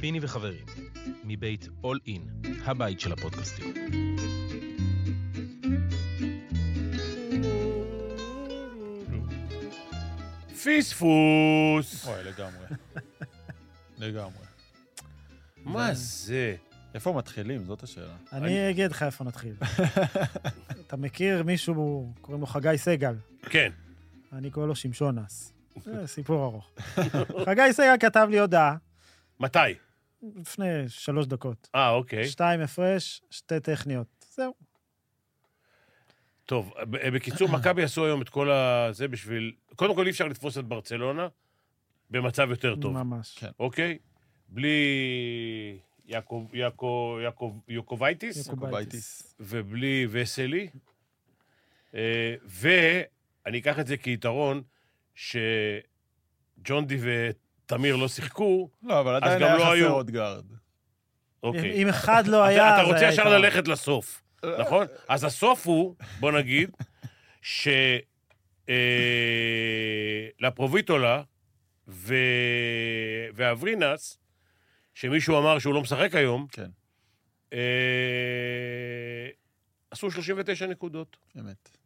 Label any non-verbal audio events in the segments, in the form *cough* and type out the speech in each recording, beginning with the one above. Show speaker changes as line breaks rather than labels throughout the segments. פיני וחברים, מבית All In, הבית של הפודקאסטים.
פספוס!
אוי,
*laughs*
לגמרי. לגמרי.
מה זה?
איפה מתחילים? זאת השאלה.
אני אגיד לך
*laughs*
איפה נתחיל. אתה מכיר מישהו, קוראים לו חגי סגל,
כן.
אני קורא לו שמשונס. זה סיפור ארוך.
*laughs*
חגי סגל כתב לי הודעה
מתי?
לפני שלוש דקות.
אה, אוקיי.
שתיים הפרש, שתי טכניות. זהו.
טוב, ב- בקיצור, מכבי עשו היום את כל ה... זה בשביל... קודם כל, אי אפשר לתפוס את ברצלונה במצב יותר טוב,
ממש.
כן.
אוקיי? בלי יעקב... יעקב... יעקב... יוקובייטיס,
יעקובייטיס.
ובלי וסלי. אה, ואני אקח את זה כיתרון, שג'ונדי ותמיר לא שיחקו,
לא, אבל עדיין
גם
היה
לא היו.
חסר עוד גארד.
אוקיי.
אם אם אחד לא היה,
אתה, אתה
זה
רוצה
היה
ישר
יתרון.
ללכת לסוף, נכון? אז הסוף הוא, בוא נגיד, ש... אה, לפרוביטולה ו... ואברינס, שמישהו אמר שהוא לא משחק היום,
כן,
אה, עשו 39 נקודות.
אמת.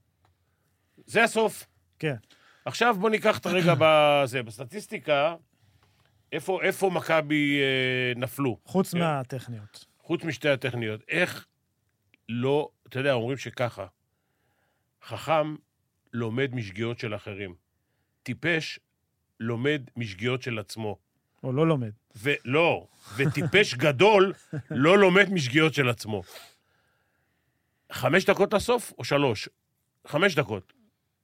זה הסוף.
כן.
עכשיו בוא ניקח את הרגע בזה. בסטטיסטיקה, איפה, איפה מכבי אה, נפלו?
חוץ
כן.
מהטכניות.
חוץ משתי הטכניות, איך לא, אתה יודע, אומרים שככה, חכם לומד משגיאות של אחרים, טיפש לומד משגיאות של עצמו,
או לא לומד.
ולא, וטיפש גדול לא לומד משגיאות של עצמו. חמש דקות לסוף או שלוש? חמש דקות.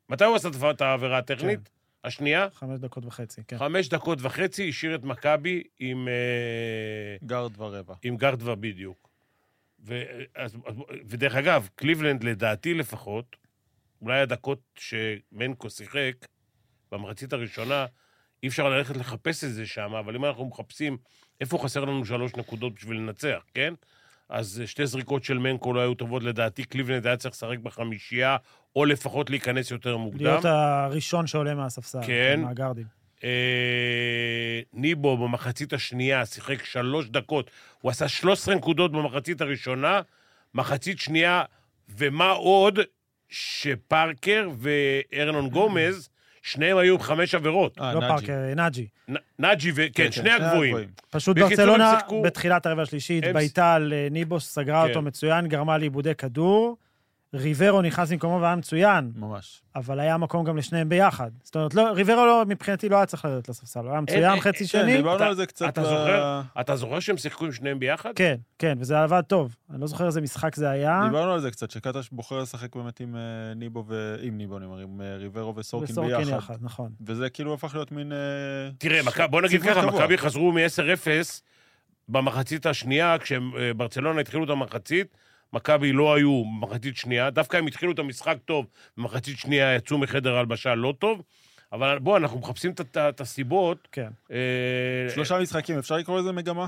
מתי הוא עשה את- את העבירה הטכנית? השנייה?
חמש דקות וחצי, כן.
חמש דקות וחצי השאיר את מכבי עם... אה,
גארד ורבע.
עם גרדווה בדיוק. ו, אז, אז- ודרך אגב, קליבלנד, לדעתי לפחות, אולי הדקות שמנקו שיחק, במחצית הראשונה, אי אפשר ללכת לחפש את זה שם, אבל אם אנחנו מחפשים איפה חסר לנו שלוש נקודות בשביל לנצח, כן? אז אה, שתי זריקות של מנקו לא היו טובות, לדעתי קליבלנד היה צריך לשחק בחמישייה, או לפחות להיכנס יותר מוקדם.
להיות הראשון שעולה מהספסל.
כן.
מהגרדים.
אה, ניבו במחצית השנייה שיחק שלוש דקות, הוא עשה 13 נקודות במחצית הראשונה, מחצית שנייה, ומה עוד שפארקר וארנון גומז, שניהם היו עם חמש עבירות.
אה,
לא
נאג'י.
פארקר, נאג'י.
נ- נאג'י ו... כן, שני הגבוהים.
פשוט
בקיצור, הם
ברצלונה,
שיחקו-
בתחילת הרבע השלישית,
הם-
בעיטה על אה, ניבוס, סגרה
כן.
אותו מצוין, גרמה לאיבודי כדור. ריברו נכנס במקומו והיה מצוין,
ממש.
אבל היה מקום גם לשניהם ביחד. זאת אומרת, לא, ריברו לא, מבחינתי לא היה צריך לרדת לספסל, הוא היה מצוין,
אין- אה,
חצי
כן,
שני.
דיברנו
אתה-
על זה קצת...
אתה
ב-
זוכר? אתה זוכר שהם שיחקו עם שניהם ביחד?
כן, כן, וזה עבד טוב. אני לא זוכר איזה משחק זה היה.
דיברנו על זה קצת, שקטש בוחר לשחק באמת עם אה, ניבו ו... עם ניבו, אני אומר, עם אה, ריברו וסורקין ביחד.
נכון.
וזה כאילו הפך להיות מין... אה,
תראה, מכ- בוא נגיד
סיבוב
ככה,
קבוע.
מכבי חזרו מ-10-0 במחצית השנייה, כשברצלונה התחילו את המחצית, מכבי לא היו במחצית שנייה, דווקא הם התחילו את המשחק טוב, במחצית שנייה יצאו מחדר ההלבשה לא טוב, אבל בוא, אנחנו מחפשים את- את- את הסיבות.
כן.
אה,
שלושה משחקים, אפשר לקרוא לזה מגמה?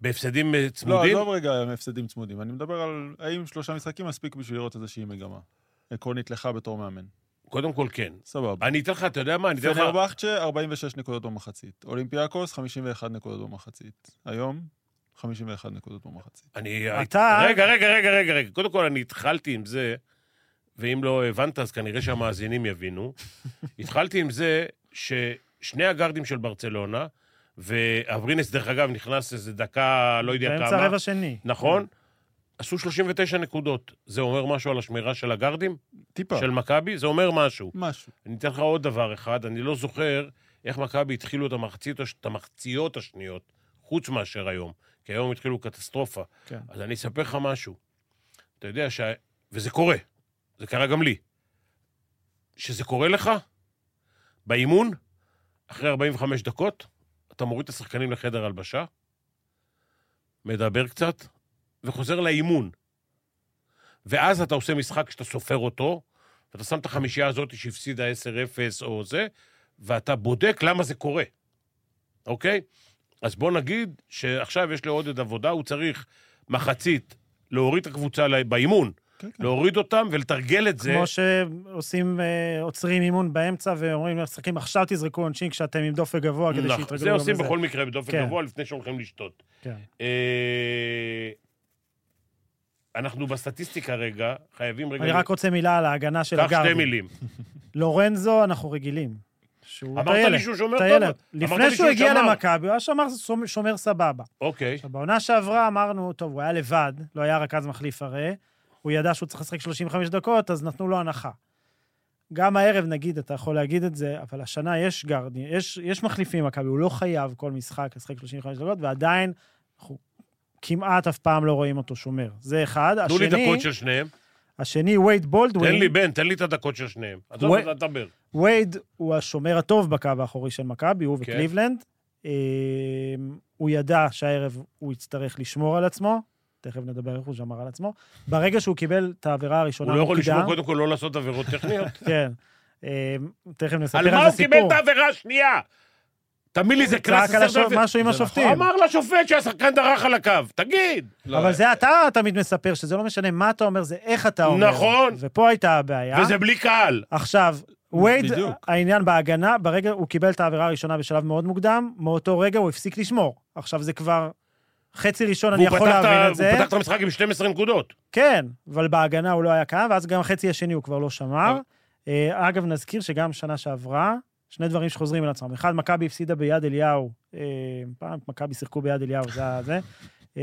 בהפסדים אה,
לא,
צמודים?
עזוב רגע עם הפסדים צמודים. אני מדבר על האם שלושה משחקים מספיק בשביל לראות איזושהי מגמה. עקרונית לך בתור מאמן.
קודם כל כן.
סבבה.
אני אתן לך, אתה יודע מה, אני אתן לך...
פנרבחצ'ה, 46 נקודות במחצית. אולימפיאקוס, 51 נקודות במחצית. היום, 51 נקודות במחצית.
אני...
אתה-
רגע, רגע, רגע, רגע, רגע. קודם כל, אני התחלתי עם זה, ואם לא הבנת, אז כנראה שהמאזינים
*laughs*
יבינו. התחלתי עם זה ששני הגארדים של ברצלונה, ואברינס, דרך אגב, נכנס איזה דקה, לא יודע
באמצע
כמה,
הרבע כן. שני.
נכון? עשו 39 נקודות. זה אומר משהו על השמירה של הגארדים?
טיפה,
של מכבי? זה אומר משהו.
משהו.
אני אתן לך עוד דבר אחד, אני לא זוכר איך מכבי התחילו את, המחצית, הש- את המחציות השניות, חוץ מאשר היום, כי היום התחילו קטסטרופה.
כן.
אז אני אספר לך משהו. אתה יודע ש... וזה קורה, זה קרה גם לי. שזה קורה לך, באימון, אחרי 45 דקות, אתה מוריד את השחקנים לחדר הלבשה, מדבר קצת, וחוזר לאימון. ואז אתה עושה משחק שאתה סופר אותו, ואתה שם את החמישייה הזאת שהפסידה 10-0 או זה, ואתה בודק למה זה קורה, אוקיי? אז בוא נגיד שעכשיו יש לעודד עבודה, הוא צריך מחצית להוריד את הקבוצה ל- באימון,
כן, כן.
להוריד אותם ולתרגל את זה.
כמו שעושים, אה, עוצרים אימון באמצע ואומרים לשחקים, עכשיו תזרקו עונשין כשאתם עם דופק גבוה, כדי
נכון,
שיתרגלו גם לזה.
זה עושים בכל מקרה בדופן
כן.
גבוה לפני שהולכים לשתות.
כן.
אה, אנחנו בסטטיסטיקה רגע, חייבים רגע...
אני רק רוצה מילה על ההגנה של
קח שתי
הגארדים.
מילים.
לורנזו, אנחנו רגילים. שהוא
אמרת לי
טיילת,
שהוא שומר טוב.
טיילת. לפני
לי
שהוא
שהוא
הגיע
שמר.
למכבי, הוא היה שומר- שומר- שומר סבבה.
אוקיי.
עכשיו, בעונה שעברה אמרנו, טוב, הוא היה לבד, לא היה רכז מחליף הרי, הוא ידע שהוא צריך לשחק 35 דקות, אז נתנו לו הנחה. גם הערב, נגיד, אתה יכול להגיד את זה, אבל השנה יש גרדי, יש, יש מחליפים במכבי, הוא לא חייב כל משחק לשחק 35 דקות, ועדיין אנחנו כמעט אף פעם לא רואים אותו שומר. זה אחד.
תנו לי
השני,
דקות של שניהם.
השני, וייד
תן לי,
בולדווין,
בן, תן לי את הדקות של שניהם. עזוב,
וואי.
אתה תדבר.
וייד הוא השומר הטוב בקו האחורי של מכבי, הוא
כן.
וקליבלנד. אמ, הוא ידע שהערב הוא יצטרך לשמור על עצמו, תכף נדבר איך הוא שמר על עצמו. ברגע שהוא קיבל את העבירה הראשונה,
הוא לא יכול
מוקדם-
לשמור קודם כל לא לעשות עבירות טכניות.
כן. אמ, תכף נספר על
על
זה סיפור.
מה הוא קיבל את העבירה השנייה? תאמין לי, זה קנס
צעק
עשרת
על השופט,
אלפים.
משהו עם
זה
השופטים.
הוא נכון. אמר לשופט שהשחקן דרך על הקו, תגיד.
לא,
אבל זה אתה תמיד מספר, שזה לא משנה מה אתה אומר, זה איך אתה אומר.
נכון.
ופה הייתה הבעיה.
וזה בלי קהל.
עכשיו, וייד,
בדיוק.
העניין בהגנה, ברגע הוא קיבל את העבירה הראשונה בשלב מאוד מוקדם, מאותו רגע הוא הפסיק לשמור. עכשיו זה כבר חצי ראשון, אני
והוא
יכול
פתח את ה-
להבין את זה.
הוא פתח את המשחק עם 12 נקודות.
כן, אבל בהגנה הוא לא היה קיים, ואז גם החצי השני הוא כבר לא שמר.
כן.
אה, אגב, נזכיר שגם שנה שעברה, שני דברים שחוזרים על עצמם. אחד, מכבי הפסידה ביד אליהו. אה, פעם מכבי שיחקו ביד אליהו, זה ה- זה. אה,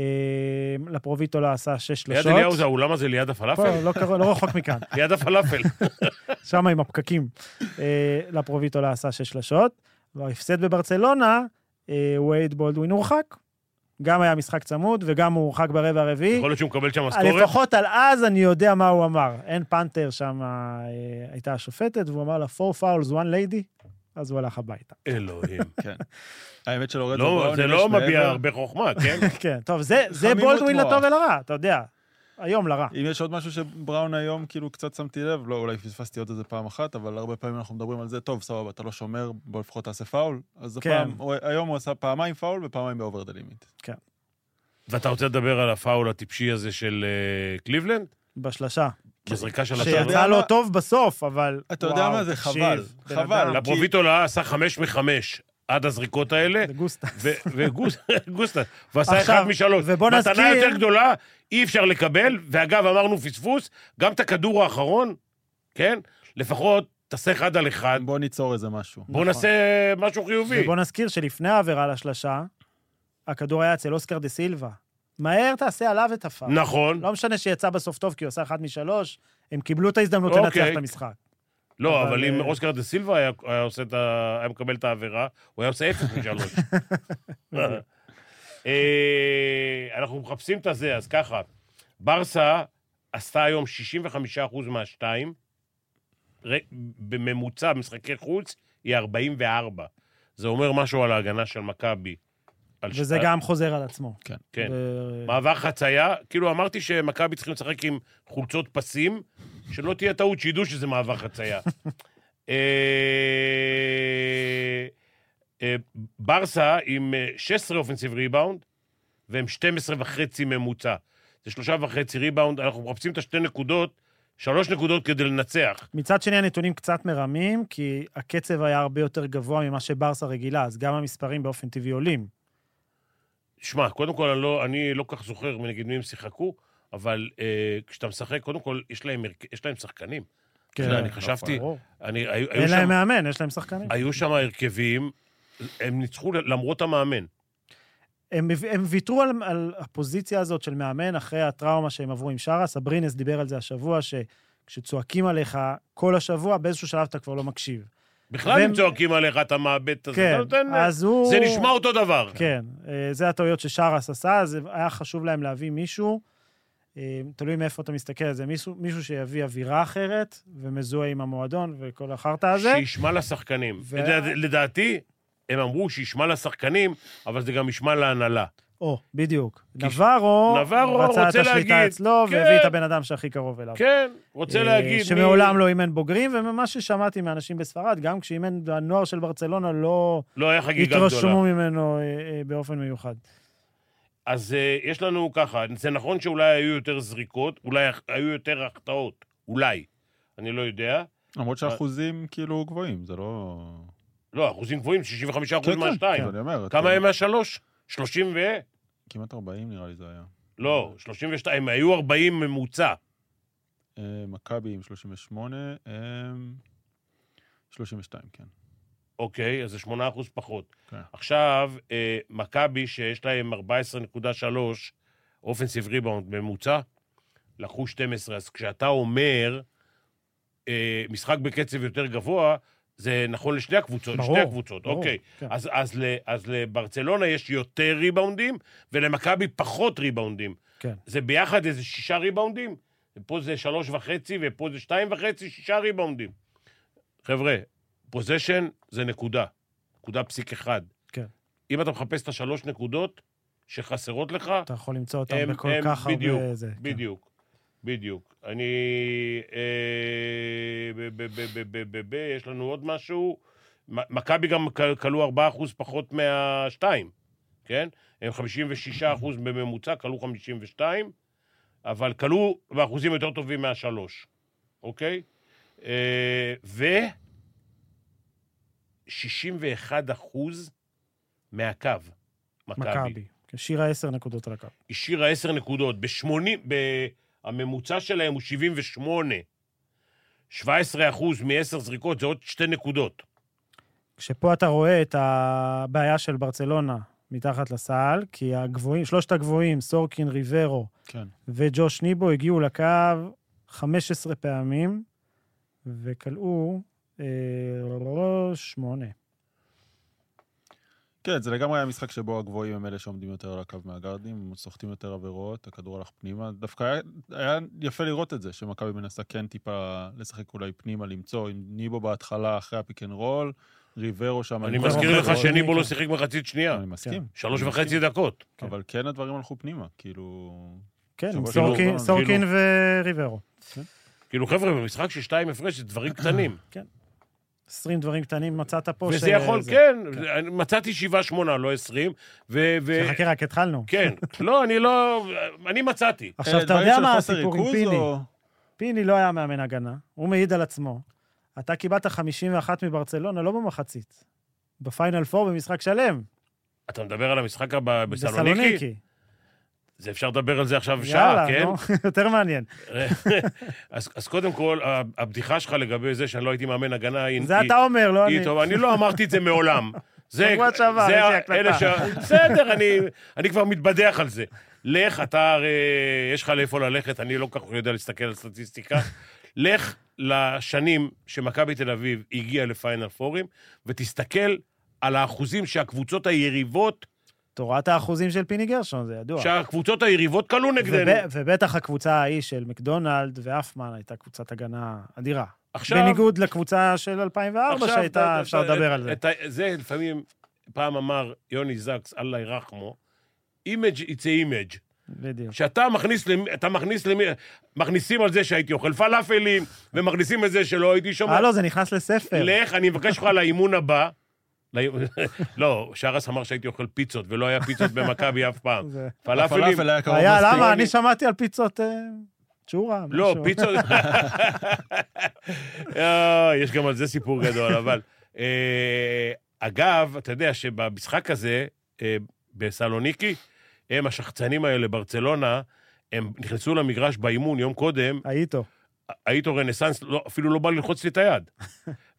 לפרוביטו לא עשה שש
ליד
שלשות.
אליהו זה האולם הזה ליד הפלאפל?
פה, לא קרוב- לא רחוק מכאן.
ליד
*laughs*
הפלאפל.
שם עם הפקקים. אה, לפרוביטו לא עשה שש שלשות. וההפסד בברצלונה, אה, וייד בולדווין הורחק. גם היה משחק צמוד, וגם הוא הורחק ברבע הרביעי.
יכול להיות שהוא מקבל שם משכורת?
לפחות על אז אני יודע מה הוא אמר. אין פנתר שם אה, הייתה השופטת, והוא אמר לה, four fouls, one lady, אז הוא הלך הביתה.
אלוהים.
כן. האמת של אורנזו
לא,
בראון
זה
יש
לא
מעבר.
מביע הרבה חוכמה,
*laughs*
כן?
כן, טוב, זה, זה
חמימות
בולדווין
מוח.
לטוב ולרע, אתה יודע. היום לרע.
אם יש עוד משהו שבראון היום, כאילו, קצת שמתי לב, לא, אולי פספסתי עוד איזה פעם אחת, אבל הרבה פעמים אנחנו מדברים על זה, טוב, סבבה, אתה לא שומר, בוא לפחות תעשה פאול. אז
כן.
הפעם, הוא- היום הוא עשה פעמיים פאול ופעמיים באובר דה לימיט.
ואתה רוצה לדבר על הפאול הטיפשי הזה של אה, קליבלנד?
בשלשה.
בזריקה של
אתה יודע
כן. שיצא לו
מה?
טוב בסוף, אבל...
אתה יודע מה? זה
תקשיב,
חבל.
בן
חבל.
אדם.
כי-
לפרוביטו לה עשה חמש מחמש עד הזריקות האלה,
זה גוסטה. *laughs*
וגוסטה, ועשה
עכשיו,
אחד משלוש.
ובוא
מתנה
נזכיר-
יותר גדולה אי אפשר לקבל, ואגב, אמרנו פספוס, גם את הכדור האחרון, כן? לפחות תעשה אחד על אחד.
בוא ניצור איזה משהו.
בואו
נכון.
נעשה משהו חיובי.
ובוא נזכיר שלפני העבירה לשלשה, הכדור היה אצל אוסקר דה סילבה. מהר תעשה עליו את הפאר.
נכון.
לא משנה שיצא בסוף טוב, כי הוא עשה אחת משלוש, הם קיבלו את ההזדמנות לנצח
אוקיי.
את המשחק.
לא,
אבל,
אבל אם
אה,
אוסקר דה סילבה היה- היה עושה את ה... היה מקבל את העבירה, הוא היה עושה אפס משלוש.
*laughs*
אה, אנחנו מחפשים את הזה, אז ככה. ברסה עשתה היום 65% מהשתיים, ר- בממוצע משחקי חוץ היא 44. זה אומר משהו על ההגנה של מכבי. על ש-
וזה גם חוזר על עצמו.
כן.
ו-
מעבר חצייה, כאילו אמרתי שמכבי צריכים לשחק עם חולצות פסים, שלא תהיה טעות, שידעו שזה מעבר
*laughs*
חצייה. אה, אה, ברסה עם אה, 16 אופנסיב ריבאונד, והם 12 וחצי ממוצע. זה שלושה וחצי ריבאונד, אנחנו מחפשים את השתי נקודות, שלוש נקודות כדי לנצח.
מצד שני, הנתונים קצת מרמים, כי הקצב היה הרבה יותר גבוה ממה שברסה רגילה, אז גם המספרים באופן טבעי עולים.
שמע, קודם כל, אני לא, אני לא כך זוכר נגד מי הם שיחקו, אבל אה, כשאתה משחק, קודם כל, יש להם, הרכ- יש להם שחקנים. כן, אני חשבתי,
ברור.
אני, היו, היו
נכון. אין
שם-
להם מאמן, יש להם שחקנים.
היו שם הרכבים, הם ניצחו למרות המאמן.
הם הב- הם ויתרו על- על הפוזיציה הזאת של מאמן אחרי הטראומה שהם עברו עם שרס. אברינס דיבר על זה השבוע, שכשצועקים עליך כל השבוע, באיזשהו שלב אתה כבר לא מקשיב.
בכלל
והם-
הם צועקים עליך, אתה מאבד את זה,
כן,
אתה נותן...
אז הוא...
זה נשמע אותו דבר.
כן, אה, זה הטעויות ששרס עשה, אז היה חשוב להם להביא מישהו, אה, תלוי מאיפה אתה מסתכל על זה, מישהו, מישהו שיביא אווירה אחרת ומזוהה עם המועדון וכל החרטא הזה.
שישמע לשחקנים.
ו-
לדע- לדעתי, הם אמרו שישמע לשחקנים, אבל זה גם ישמע להנהלה.
או, בדיוק.
כי ש-
נברו,
נברו
רצה את
רוצה
השליטה
להגיד,
אצלו
כן.
והביא את הבן אדם שהכי קרוב אליו.
כן, רוצה
אה,
להגיד... מי-
שמעולם לא אימן בוגרים, וממה ששמעתי מאנשים בספרד, גם כשאימן הנוער של ברצלונה, לא
לא היה חגיגה גדולה.
התרשמו ממנו אה, אה, באופן מיוחד.
אז אה, יש לנו ככה, זה נכון שאולי היו יותר זריקות, אולי היו יותר החטאות, אולי. אני לא יודע.
למרות שהאחוזים כאילו גבוהים, זה לא...
לא, אחוזים גבוהים,
כן,
65% מהשתיים.
אז אני אומר,
כמה
כאילו,
הם מהשלוש? 30 ו...
כמעט 40 נראה לי זה היה.
לא, 32, הם היו 40 ממוצע.
אה, מכבי עם 38, הם... 32, כן.
אוקיי, אז זה 8 אחוז פחות.
כן.
עכשיו, אה, מכבי, שיש להם 14.3 אופנסיב ריבאונד ממוצע, לקחו 12. אז כשאתה אומר אה, משחק בקצב יותר גבוה, זה נכון לשני הקבוצות,
ברור,
שתי הקבוצות,
ברור,
אוקיי.
כן.
אז, אז, ל, אז לברצלונה יש יותר ריבאונדים, ולמכבי פחות ריבאונדים.
כן.
זה ביחד איזה שישה ריבאונדים? פה זה שלוש וחצי, ופה זה שתיים וחצי, שישה ריבאונדים. חבר'ה, פוזיישן זה נקודה, נקודה פסיק אחד.
כן.
אם אתה מחפש את השלוש נקודות שחסרות לך,
אתה יכול למצוא אותם
הם-
בכל
הם-
כך הרבה...
בדיוק,
זה, כן.
בדיוק, בדיוק. אני... אה, ב- ב- ב- ב- ב- ב- ב- יש לנו עוד משהו. מ- מכבי גם כ- כלו 4% פחות מהשתיים, כן? הם 56% בממוצע, כלו 52, אבל כלו באחוזים יותר טובים מהשלוש, אוקיי? אה, ו... 61 אחוז מהקו, מכבי.
מכבי. כן, שירה עשר נקודות על הקו.
השאירה עשר נקודות. בשמונים, ב... הממוצע שלהם הוא 78. 17 אחוז מעשר זריקות זה עוד שתי נקודות.
כשפה אתה רואה את הבעיה של ברצלונה מתחת לסל, כי הגבוהים, שלושת הגבוהים, סורקין, ריברו
כן.
וג'וש ניבו, הגיעו לקו 15 פעמים, וכלאו אה, שמונה.
כן, זה לגמרי היה משחק שבו הגבוהים הם אלה שעומדים יותר על הקו מהגארדים, סוחטים יותר עבירות, הכדור הלך פנימה. דווקא היה, היה יפה לראות את זה, שמכבי מנסה כן טיפה לשחק אולי פנימה, למצוא עם ניבו בהתחלה אחרי הפיק אנד רול, ריברו שם...
אני
עם
מזכיר לך
עבירות.
שניבו לא שיחק מחצית שנייה.
אני מסכים,
שלוש וחצי דקות.
כן.
אבל כן הדברים הלכו פנימה, כאילו...
כן, עם
שבוע
סורקין,
שעבר,
סורקין וריברו.
כאילו, חבר'ה, במשחק של שתיים הפרש, זה דברים קטנים.
20 דברים קטנים מצאת פה.
וזה
ש-
יכול,
זה-
כן, אני מצאתי שבעה, שמונה, לא עשרים. ו... ו-
חכה, רק התחלנו.
כן, אה, לא, אני לא... אני מצאתי.
עכשיו,
אלה
אתה
אה, דברים
יודע
של
מה
חוסר
הסיפור עם
ריכוז,
פיני.
או-
פיני לא היה מאמן הגנה, הוא מעיד על עצמו. אתה קיבלת 51 מברצלונה, לא במחצית. בפיינל 4 במשחק שלם.
אתה מדבר על המשחק הבא בסלוניקי? זה אפשר לדבר על זה עכשיו שעה,
יאללה,
כן?
נו, *laughs* יותר מעניין.
אז, אז קודם כל, ה- הבדיחה שלך לגבי זה שאני לא הייתי מאמן הגנה, היא...
זה אתה אומר, לא
היא,
אני.
היא טוב, אני לא אמרתי את זה מעולם. זה,
שבוע שעבר,
זה
יש לי
ה-
הקלטה.
אלה ש... בסדר, אני, אני כבר מתבדח על זה. לך, אתה הרי, יש לך לאיפה ללכת, אני לא כל כך יודע להסתכל על סטטיסטיקה. לך לשנים שמכבי תל אביב הגיעה לפיינל פורים, ותסתכל על האחוזים שהקבוצות היריבות,
תורת האחוזים של פיני גרשון, זה ידוע.
שהקבוצות היריבות כלו נגדנו.
וב- ובטח הקבוצה ההיא של מקדונלד ואפמן הייתה קבוצת הגנה אדירה.
עכשיו...
בניגוד לקבוצה של 2004,
עכשיו,
שהייתה,
אתה-
אפשר
אתה-
לדבר על זה.
את ה- זה לפעמים, פעם אמר יוני זקס, אללה ירחמו, אימג' יצא אימג'.
בדיוק.
שאתה מכניס, למי- אתה מכניס, למי- מכניסים על זה שהייתי אוכל פלאפלים, ומכניסים על זה שלא הייתי שומע.
אה, לא, זה נכנס לספר.
לך, *laughs* אני מבקש ממך לאימון הבא. *laughs* לאימון- לא, שרס אמר שהייתי אוכל פיצות, ולא היה פיצות במכבי אף פעם.
זה-
פלאפלים,
הפלאפל היה קרוב
היה,
מספיק.
למה? אני שמעתי על פיצות אה, צ'ורה.
לא,
משהו.
פיצות... אה, יש גם על זה סיפור גדול, אבל... אה, אגב, אתה יודע שבמשחק הזה, אה, בסלוניקי, הם, השחצנים האלה, ברצלונה, הם נכנסו למגרש באימון יום קודם,
האיטו.
האיטו רנסאנס לא, אפילו לא בא ללחוץ לי את היד.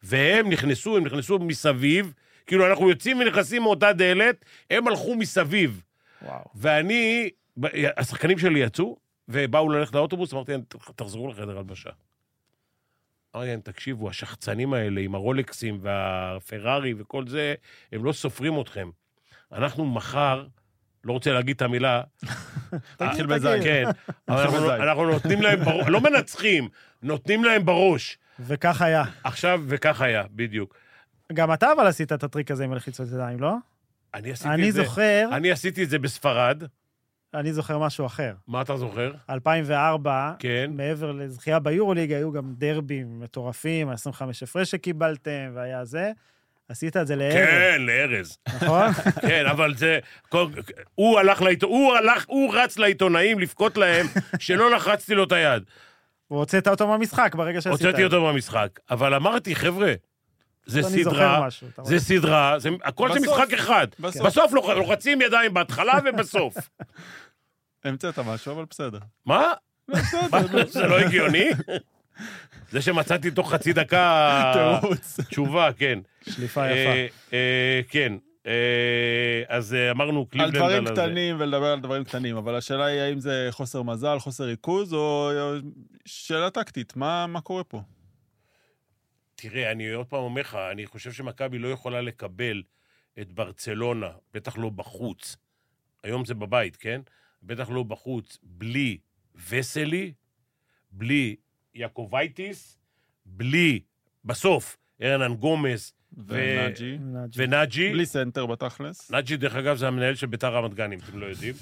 והם נכנסו, הם נכנסו מסביב, כאילו אנחנו יוצאים ונכנסים מאותה דלת, הם הלכו מסביב.
וואו.
ואני, ב- השחקנים שלי יצאו, ובאו ללכת לאוטובוס, אמרתי להם, "ת- תחזרו לחדר הלבשה. אמרתי להם, תקשיבו, השחצנים האלה עם הרולקסים והפרארי וכל זה, הם לא סופרים אתכם. אנחנו מחר, לא רוצה להגיד את המילה,
תתחיל
תגיד,
בזין.
*laughs*
כן, אבל אנחנו,
בזין.
אנחנו נותנים להם בראש, לא מנצחים, נותנים להם בראש.
וכך היה.
עכשיו, וכך היה, בדיוק.
גם אתה אבל עשית את הטריק הזה עם הלחיצות ידיים, לא?
אני עשיתי
אני
את זה.
זוכר,
אני עשיתי את זה בספרד,
אני זוכר משהו אחר.
מה אתה זוכר?
2004,
כן.
מעבר לזכייה ביורוליג, היו גם דרבים מטורפים, 25 הפרש שקיבלתם, והיה זה. עשית את זה לערב,
כן, לארז.
נכון?
כן, אבל זה... כל- הוא הלך לעיתון... הוא הלך... הוא רץ לעיתונאים לבכות
*laughs*
להם שלא לחצתי לו את היד.
והוצאת אותו מהמשחק ברגע שעשית את זה.
הוצאתי אותו מהמשחק. אבל אמרתי, חבר'ה, זה
אני זוכר
סדרה,
משהו, אתה
זה סדרה, זה- הכל זה
בסוף.
משחק אחד.
בסוף.
בסוף לוח- לוחצים ידיים בהתחלה
*laughs*
ובסוף.
המצאת משהו, אבל בסדר.
מה?
לא,
מה,
בסדר.
זה לא הגיוני? זה שמצאתי תוך חצי דקה
*laughs* תירוץ.
תשובה, כן.
שליפה יפה.
אה, אה, כן. אה, אז אה, אמרנו
על
קליבלנד
דברים
הזה.
קטנים ולדבר על דברים קטנים, אבל השאלה היא האם זה חוסר מזל, חוסר ריכוז, או או שאלה טקטית, מה מה קורה פה?
תראה, אני עוד פעם אומר לך, אני חושב שמכבי לא יכולה לקבל את ברצלונה, בטח לא בחוץ. היום זה בבית, כן? בטח לא בחוץ, בלי וסלי, בלי יעקובייטיס, בלי, בסוף, ארנן גומז
ונאג'י?
נאג'י.
ונאג'י.
בלי סנטר בתכלס?
נאג'י, דרך אגב, זה המנהל של ביתר רמת גן, אם אתם לא יודעים.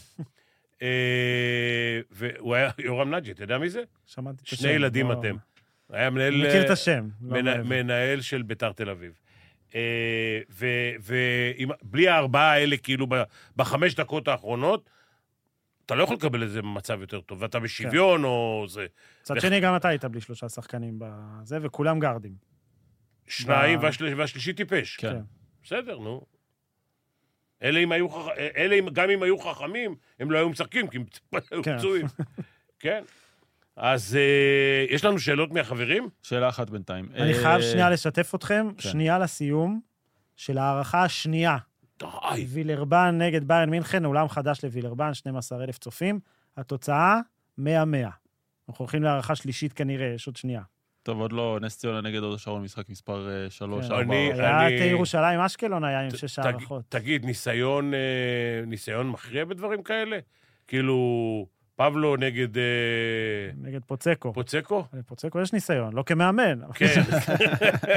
אה, והוא היה יורם נאג'י, אתה יודע מי זה?
שמעתי את השם.
שני ילדים
לא-
אתם. היה
אני
מנהל... אה,
מכיר את השם. לא
מנה-
מעבר.
מנהל של ביתר תל אביב. אה, ובלי הארבעה האלה, כאילו, ב- בחמש דקות האחרונות, אתה לא יכול לקבל את זה במצב יותר טוב, ואתה בשוויון
כן.
או זה.
מצד
וח-
שני, גם אתה היית בלי שלושה שחקנים בזה, וכולם גארדים.
שניים,
ב-
והשל- והשלישי טיפש.
כן.
בסדר, נו. אלה אם היו חכ- אה, אלה אם- גם אם היו חכמים, הם לא היו משחקים, כי הם *laughs* היו
כן.
פצועים. כן. אז אה, יש לנו שאלות מהחברים?
שאלה אחת בינתיים.
אני
אה,
חייב שנייה לשתף אתכם,
כן.
שנייה לסיום, של ההערכה השנייה.
די.
וילרבן נגד ביירן מינכן, אולם חדש לווילרבן, 12,000 צופים. התוצאה, 100-100. אנחנו הולכים להערכה שלישית כנראה, יש עוד שנייה.
טוב, עוד לא, נס ציונה נגד הוד השרון, משחק מספר אה,
כן.
3,
לא, אני-
4.
היה את ירושלים אשקלון היה עם
ת-
שש
תג-
הערכות.
תגיד, ניסיון, אה, ניסיון מכריע בדברים כאלה? כאילו, פבלו נגד אה,
נגד פוצקו.
פוצקו?
לפוצקו יש ניסיון, לא כמאמן. אבל-
כן. *laughs*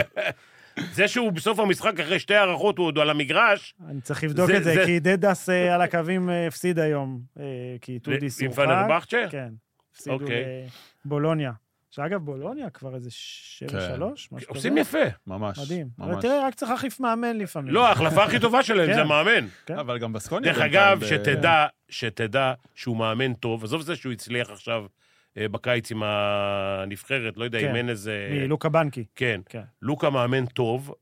זה שהוא בסוף המשחק, אחרי שתי הערכות, הוא עוד על המגרש,
*laughs* אני צריך לבדוק
זה-
את זה,
זה-
כי דדס אה, על הקווים אה, הפסיד היום, אה, כי טודיס
ל- עם
הורחק.
פנרבחצ'ה?
כן, הפסידו
אוקיי.
לבולוניה. שאגב, בולוניה כבר איזה 7-3,
כן.
משהו כזה.
עושים יפה.
ממש.
מדהים. אבל
ממש.
תראה, רק צריך להחליף מאמן לפעמים.
לא, ההחלפה הכי טובה שלהם זה
כן. אה,
המאמן.
כן.
אבל גם בסקוניה.
דרך אגב, שתדע, שתדע שהוא מאמן טוב, עזוב זה שהוא הצליח עכשיו אה, בקיץ עם הנבחרת, לא יודע
כן.
אם אין איזה...
מי, לוקה בנקי.
כן.
כן.
לוקה מאמן טוב,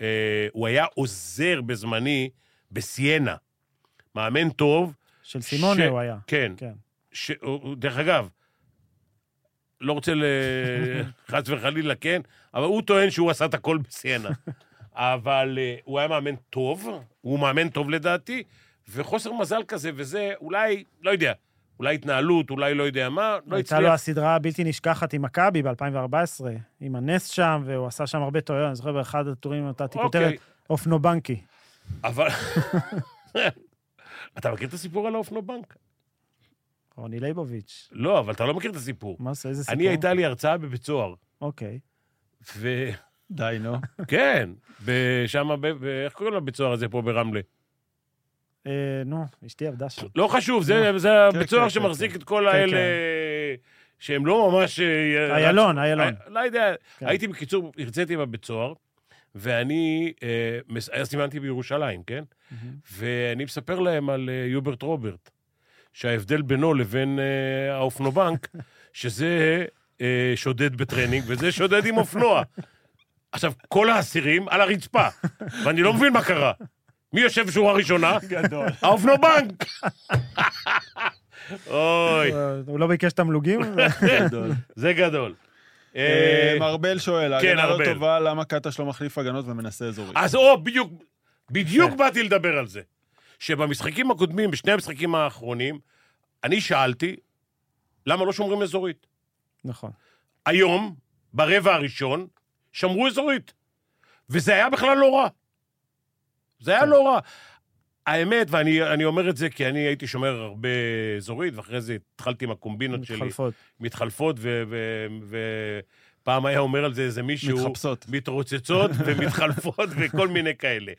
אה, הוא היה עוזר בזמני בסיינה. מאמן טוב,
של סימונה
ש-
הוא היה.
כן.
כן.
ש... הוא- הוא- דרך אגב, לא רוצה ל...
*laughs*
חס וחלילה, כן, אבל הוא טוען שהוא עשה את הכל
*laughs*
בסיינה. אבל אה, הוא היה מאמן טוב, הוא מאמן טוב לדעתי, וחוסר מזל כזה, וזה אולי, לא יודע, אולי התנהלות, אולי לא יודע מה, לא
הייתה לו
הצליח.
הסדרה הבלתי נשכחת עם מכבי ב-2014, עם הנס שם, והוא עשה שם הרבה טעויות, אני זוכר באחד הטורים נתתי כותרת,
אוקיי,
אופנובנקי.
אבל... *laughs* אתה מכיר את הסיפור על האופנובנק?
רוני ליבוביץ'.
לא, אבל אתה לא מכיר את הסיפור.
מה זה, איזה סיפור?
אני, הייתה לי הרצאה בבית סוהר,
אוקיי.
*laughs*
ו...
די,
*laughs*
נו.
כן, שם, איך קוראים לבית סוהר הזה פה ברמלה?
אה, נו, אשתי עבדה שם.
לא חשוב, זה, זה
כן,
הבית סוהר
כן,
שמחזיק
כן.
את כל האלה שהם לא ממש... אה,
איילון,
אה,
איילון.
לא יודע,
כן.
הייתי בקיצור, הרציתי בבית סוהר, ואני, אה, מס- אז סימנתי בירושלים, כן?
מהמם.
ואני מספר להם על אה, יוברט רוברט, שההבדל בינו לבין אה, האופנובנק, שזה אה, שודד בטרנינג וזה שודד עם אופנוע. עכשיו, כל האסירים על הרצפה, ואני לא מבין מה קרה. מי יושב בשורה ראשונה?
גדול.
*laughs* האופנובנק!
*laughs*
אוי,
הוא לא ביקש
*laughs*
תמלוגים?
גדול.
זה גדול.
אה,
אה,
ארבל שואל,
כן,
הגנה לא
ארבל. אה,
טובה, למה קטש לא מחליף הגנות ומנסה אזורי?
אז או, בדיוק, בדיוק באתי לדבר על זה. שבמשחקים הקודמים, בשני המשחקים האחרונים, אני שאלתי, למה לא שומרים אזורית?
נכון.
היום, ברבע הראשון, שמרו אזורית. וזה היה בכלל לא רע. זה היה לא רע. האמת, ואני אני אומר את זה כי אני הייתי שומר הרבה אזורית, ואחרי זה התחלתי עם הקומבינות שלי.
מתחלפות.
מתחלפות, ו- ו- ופעם היה אומר על זה איזה מישהו...
מתחפשות.
מתרוצצות *laughs* ומתחלפות וכל מיני כאלה.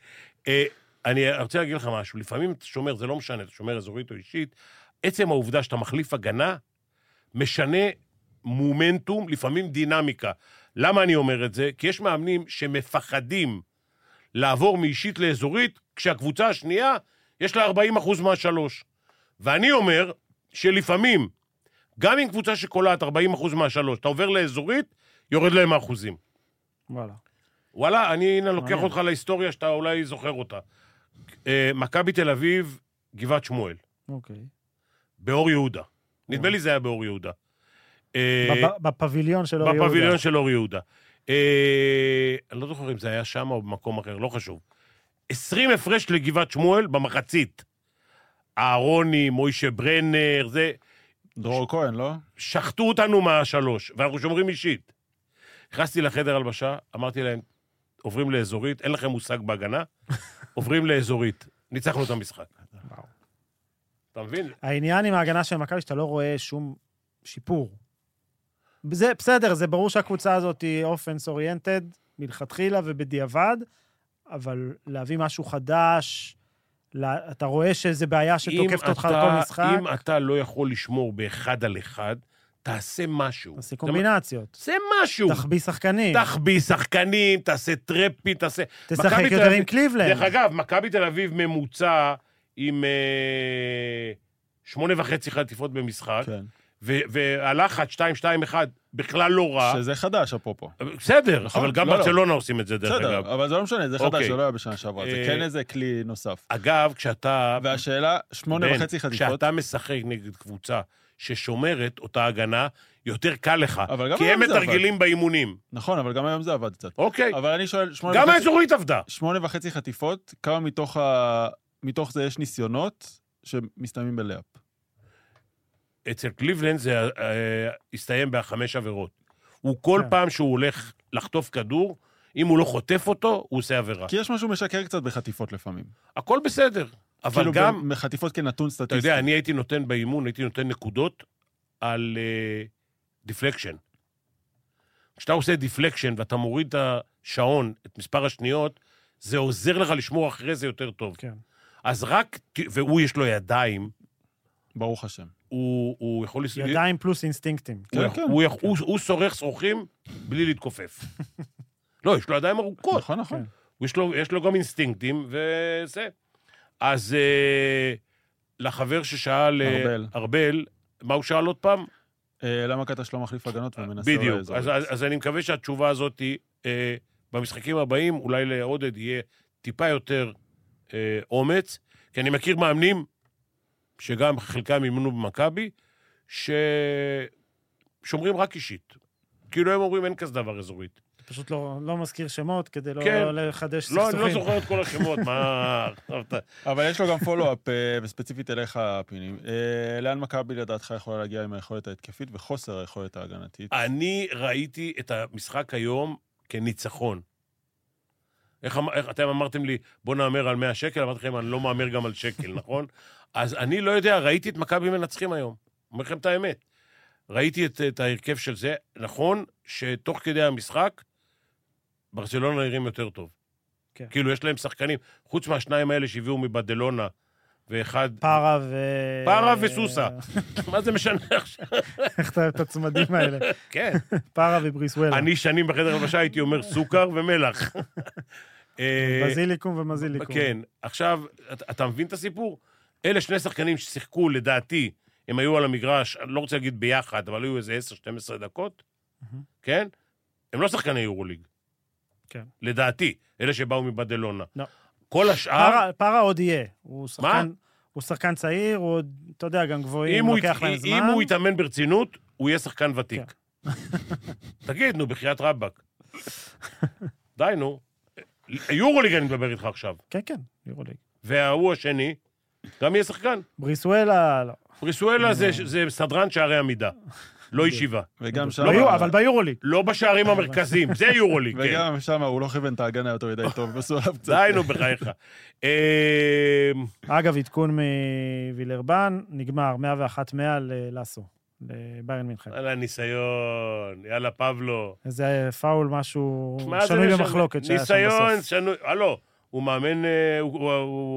אה, אני רוצה להגיד לך משהו, לפעמים אתה שומר, זה לא משנה, אתה שומר אזורית או אישית, עצם העובדה שאתה מחליף הגנה, משנה מומנטום, לפעמים דינמיקה. למה אני אומר את זה? כי יש מאמנים שמפחדים לעבור מאישית לאזורית, כשהקבוצה השנייה, יש לה 40 אחוז מהשלוש. ואני אומר שלפעמים, גם עם קבוצה שקולעת 40 אחוז מהשלוש, אתה עובר לאזורית, יורד להם האחוזים.
וואלה.
וואלה, אני הנה לוקח
מעניין.
אותך להיסטוריה שאתה אולי זוכר אותה. אה, מכבי תל אביב, גבעת שמואל,
אוקיי.
באור יהודה. נדמה
אה.
לי זה היה באור יהודה. אה,
בפ- בפביליון של לא, אור יהודה.
בפביליון של אור יהודה. אה, אני לא זוכר אם זה היה שם או במקום אחר, לא חשוב. 20 הפרש לגבעת שמואל במחצית. אהרוני, מוישה ברנר, זה...
דרור כהן, לא?
שחטו אותנו מהשלוש, ואנחנו שומרים אישית. נכנסתי לחדר הלבשה, אמרתי להם, עוברים לאזורית, אין לכם מושג
*laughs*
בהגנה, עוברים לאזורית. ניצחנו את המשחק.
וואו.
אתה מבין?
העניין עם ההגנה של מכבי, שאתה לא רואה שום שיפור. זה בסדר, זה ברור שהקבוצה הזאת היא אופנס אוריינטד מלכתחילה ובדיעבד, אבל להביא משהו חדש, לה- אתה רואה שזה בעיה
אם
שתוקפת אותך
אתה-
על כל משחק,
אם אתה לא יכול לשמור באחד על אחד, תעשה משהו.
תעשה
אתה-
קומבינציות,
תעשה משהו.
תחביא שחקנים,
תחביא שחקנים, תעשה טרפי, תעשה...
תשחק
מכבי תל
יותר
אביב-
עם קליבלנד.
דרך אגב, מכבי תל אביב ממוצע עם אה, שמונה וחצי חטיפות במשחק.
כן.
ו- והלחץ 2-2-1 בכלל לא רע.
שזה חדש, אפרופו.
בסדר,
נכון,
אבל גם
לא, לא.
ברצלונה עושים את זה, דרך אגב.
בסדר, אבל זה לא משנה, זה
אוקיי.
חדש, זה לא היה בשנה שעברה, זה
אה,
כן איזה כלי נוסף.
אגב, כשאתה...
והשאלה, שמונה
בן,
וחצי חטיפות,
כשאתה משחק נגד קבוצה ששומרת אותה הגנה, יותר קל לך.
אבל גם
כי הם
היום זה
מתרגלים באימונים.
נכון, אבל גם היום זה עבד קצת.
אוקיי.
אבל אני שואל, שמונה
גם
וחצי-
האזורית עבדה.
שמונה וחצי חטיפות, כמה מתוך ה- מתוך זה יש ניסיונות שמסתיימים בלאפ?
אצל קליבלנד זה אה, הסתיים בחמש עבירות. הוא כל
כן.
פעם שהוא הולך לחטוף כדור, אם הוא לא חוטף אותו, הוא עושה עבירה.
כי יש משהו משקר קצת בחטיפות לפעמים.
הכל בסדר. אבל
כאילו
גם...
בחטיפות כנתון
אתה
סטטיסטי.
יודע, אני הייתי נותן באימון, הייתי נותן נקודות על דיפלקשן. כשאתה עושה דיפלקשן ואתה מוריד את השעון, את מספר השניות, זה עוזר לך לשמור אחרי זה יותר טוב.
כן.
אז רק, ת- והוא יש לו ידיים,
ברוך השם.
הוא, הוא יכול... לס-
ידיים פלוס אינסטינקטים.
הוא,
כן,
יכול-
כן.
הוא, יכול- הוא, הוא שורך שרוכים בלי
*laughs*
להתכופף. לא, יש לו ידיים ארוכות.
נכון, נכון.
יש לו, יש לו גם אינסטינקטים, וזה. אז אה, לחבר ששאל... אה,
ארבל.
ארבל, מה הוא שאל עוד פעם?
אה, למה קטש לא מחליף הגנות ומנסה...
כן. בדיוק.
לאזור?
אז, אז, אז אני מקווה שהתשובה הזאת היא, אה, במשחקים הבאים, אולי לעודד יהיה טיפה יותר אה, אומץ, כי אני מכיר מאמנים, שגם חלקם אימנו במכבי, ששומרים רק אישית. כאילו הם אומרים, אין כזה דבר אזורית.
פשוט לא לא מזכיר שמות כדי לא-
כן.
לא לחדש סכסוכים.
לא, אני לא זוכר את כל השמות, מה... עכשיו אתה-
אבל יש לו גם פולו-אפ, אה, וספציפית אליך, פינים. אה, לאן מכבי לדעתך יכולה להגיע עם היכולת ההתקפית וחוסר היכולת ההגנתית?
אני ראיתי את המשחק היום כניצחון. איך, אמ- איך אתם אמרתם לי, בוא נהמר על 100 שקל, אמרתי לכם, אני לא מהמר גם על שקל, *laughs* נכון? אז אני לא יודע, ראיתי את מכבי מנצחים היום. אומר לכם את האמת. ראיתי את, את ההרכב של זה. נכון שתוך כדי המשחק, ברצלונה נראים יותר טוב.
כן.
כאילו, יש להם שחקנים, חוץ מהשניים האלה שהביאו מבדלונה, ואחד...
פארה ו...
פארה וסוסה. *laughs* מה זה משנה עכשיו?
*laughs* איך אתה אוהב את הצמדים האלה?
כן.
פארה ובריס ווילר.
אני שנים בחדר הלבשה הייתי אומר סוכר
*laughs*
ומלח. אה,
בזיליקום ומזיליקום.
כן, עכשיו, אתה- אתה מבין את הסיפור? אלה שני שחקנים ששיחקו, לדעתי, הם היו על המגרש, אני לא רוצה להגיד ביחד, אבל היו איזה 10-12 דקות,
מהמם.
כן? הם לא שחקני יורוליג.
כן.
לדעתי, אלה שבאו מבדלונה.
לא.
כל השאר,
פארה- פארה עוד יהיה. הוא שחקן... הוא שחקן צעיר, הוא עוד, אתה יודע, גם
אם
גבוהים,
הוא
לוקח
ית-
להם זמן. כן.
אם הוא יתאמן ברצינות, הוא יהיה שחקן ותיק. תגיד, נו, בחייאת רבאק. די, נו. יורוליג אני מדבר איתך עכשיו.
כן, כן, יורוליג.
וההוא השני, גם יהיה שחקן.
בריסואלה, לא.
פריסואלה זה, זה סדרן שערי עמידה, לא ישיבה.
וגם שם...
לא היו, אבל ביורוליג.
לא בשערים המרכזיים, זה יורוליג, כן.
וגם שם הוא לא כיוון את ההגנה יותר מדי טוב, עשו עליו קצת...
די, נו, בחייך. אה,
אגב, עדכון מווילרבן, נגמר 101-100 ללאסו, לביירן מינכן.
על הניסיון, יאללה, פבלו.
איזה פאול, משהו
מה זה
שנוי
משנה?
במחלוקת שהיה שם
ניסיון,
בסוף.
שנוי, הלו, הוא מאמן, אה, הוא- הוא-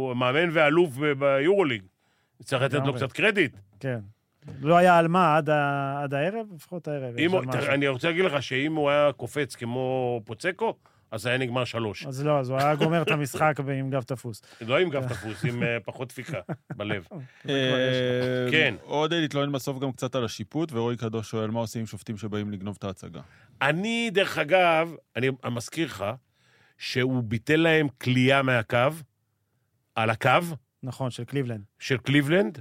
הוא מאמן ואלוף ב- ביורוליג. צריך לתת לו
לגמרי.
קצת קרדיט.
כן. לא היה על מה עד ה- עד הערב, לפחות הערב.
אם
יש על
הוא-
מה.
תראה, אני רוצה להגיד לך שאם הוא היה קופץ כמו פוצקו, אז היה נגמר שלוש.
אז לא, אז הוא היה גומר את המשחק ב- עם גב תפוס.
לא עם גב תפוס, עם אה, פחות דפיקה בלב.
אה,
כן.
עוד התלונן בסוף גם קצת על השיפוט, ורועי קדוש שואל מה עושים עם שופטים שבאים לגנוב את ההצגה.
אני, דרך אגב, אני מזכיר לך שהוא ביטל להם כליאה מהקו, על הקו
נכון, של קליבלנד.
של קליבלנד.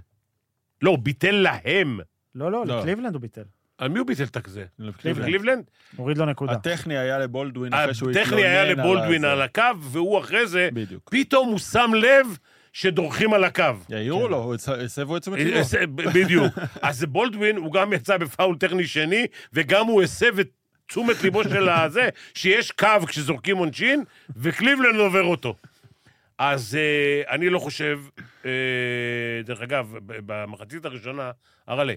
לא, הוא ביטל להם.
לא, לא,
לא.
לקליבלנד הוא ביטל.
על מי הוא ביטל את הכזה? לקליבלנד?
הוריד לו נקודה.
הטכני היה לבולדווין אחרי שהוא התלונן
הטכני אה, היה
על
לבולדווין
הזה.
על הקו, והוא אחרי זה,
בדיוק.
פתאום הוא שם לב שדורכים על הקו.
יעירו
כן.
לו, הוא הצ- הסבו את תשומת
אה,
ליבו.
אה, ב-
*laughs*
בדיוק. אז בולדווין, הוא גם יצא בפאול טכני שני, וגם הוא הסב את תשומת ליבו
*laughs*
של הזה, שיש קו כשזורקים עונשין, וקליבלנד עובר אותו. אז אה, אני לא חושב, אה, דרך אגב, ב- במחצית הראשונה, אראלה,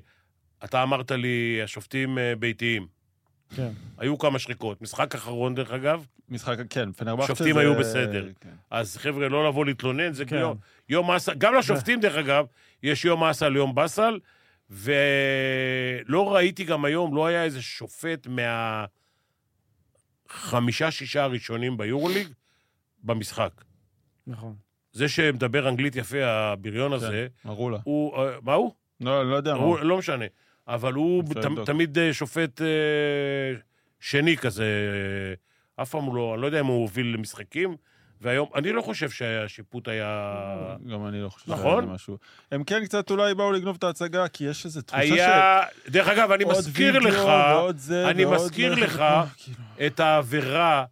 אתה אמרת לי, השופטים אה, ביתיים.
כן.
היו כמה שריקות. משחק אחרון, דרך אגב,
משחק, כן, פנרבכצ'ה זה...
שופטים היו בסדר.
כן.
אז חבר'ה, לא לבוא להתלונן, זה
כן.
יום, יום אסל, גם לשופטים דרך אגב, יש יום אסל, יום באסל, ולא ראיתי גם היום, לא היה איזה שופט מהחמישה-שישה הראשונים ביורוליג במשחק.
נכון.
זה שמדבר אנגלית יפה, הבריון הזה,
כן, מרו לה.
הוא, אה, מה הוא?
לא, אני לא יודע מה.
הוא לא משנה, אבל הוא
אפשר
ת-
לבדוק.
תמיד אה, שופט אה, שני כזה, אה, אף פעם הוא לא, אני לא יודע אם הוא הוביל משחקים, והיום, אני לא חושב שהשיפוט היה...
גם אני לא חושב
נכון.
שהיה איזה משהו. הם כן קצת אולי באו לגנוב את ההצגה, כי יש איזו תחושה
היה... דרך אגב, אני
עוד
מזכיר
וידאו
לך
ועוד זה
אני
ועוד
מזכיר
מערכת
לך-
הפעם, *laughs* כאילו.
את העבירה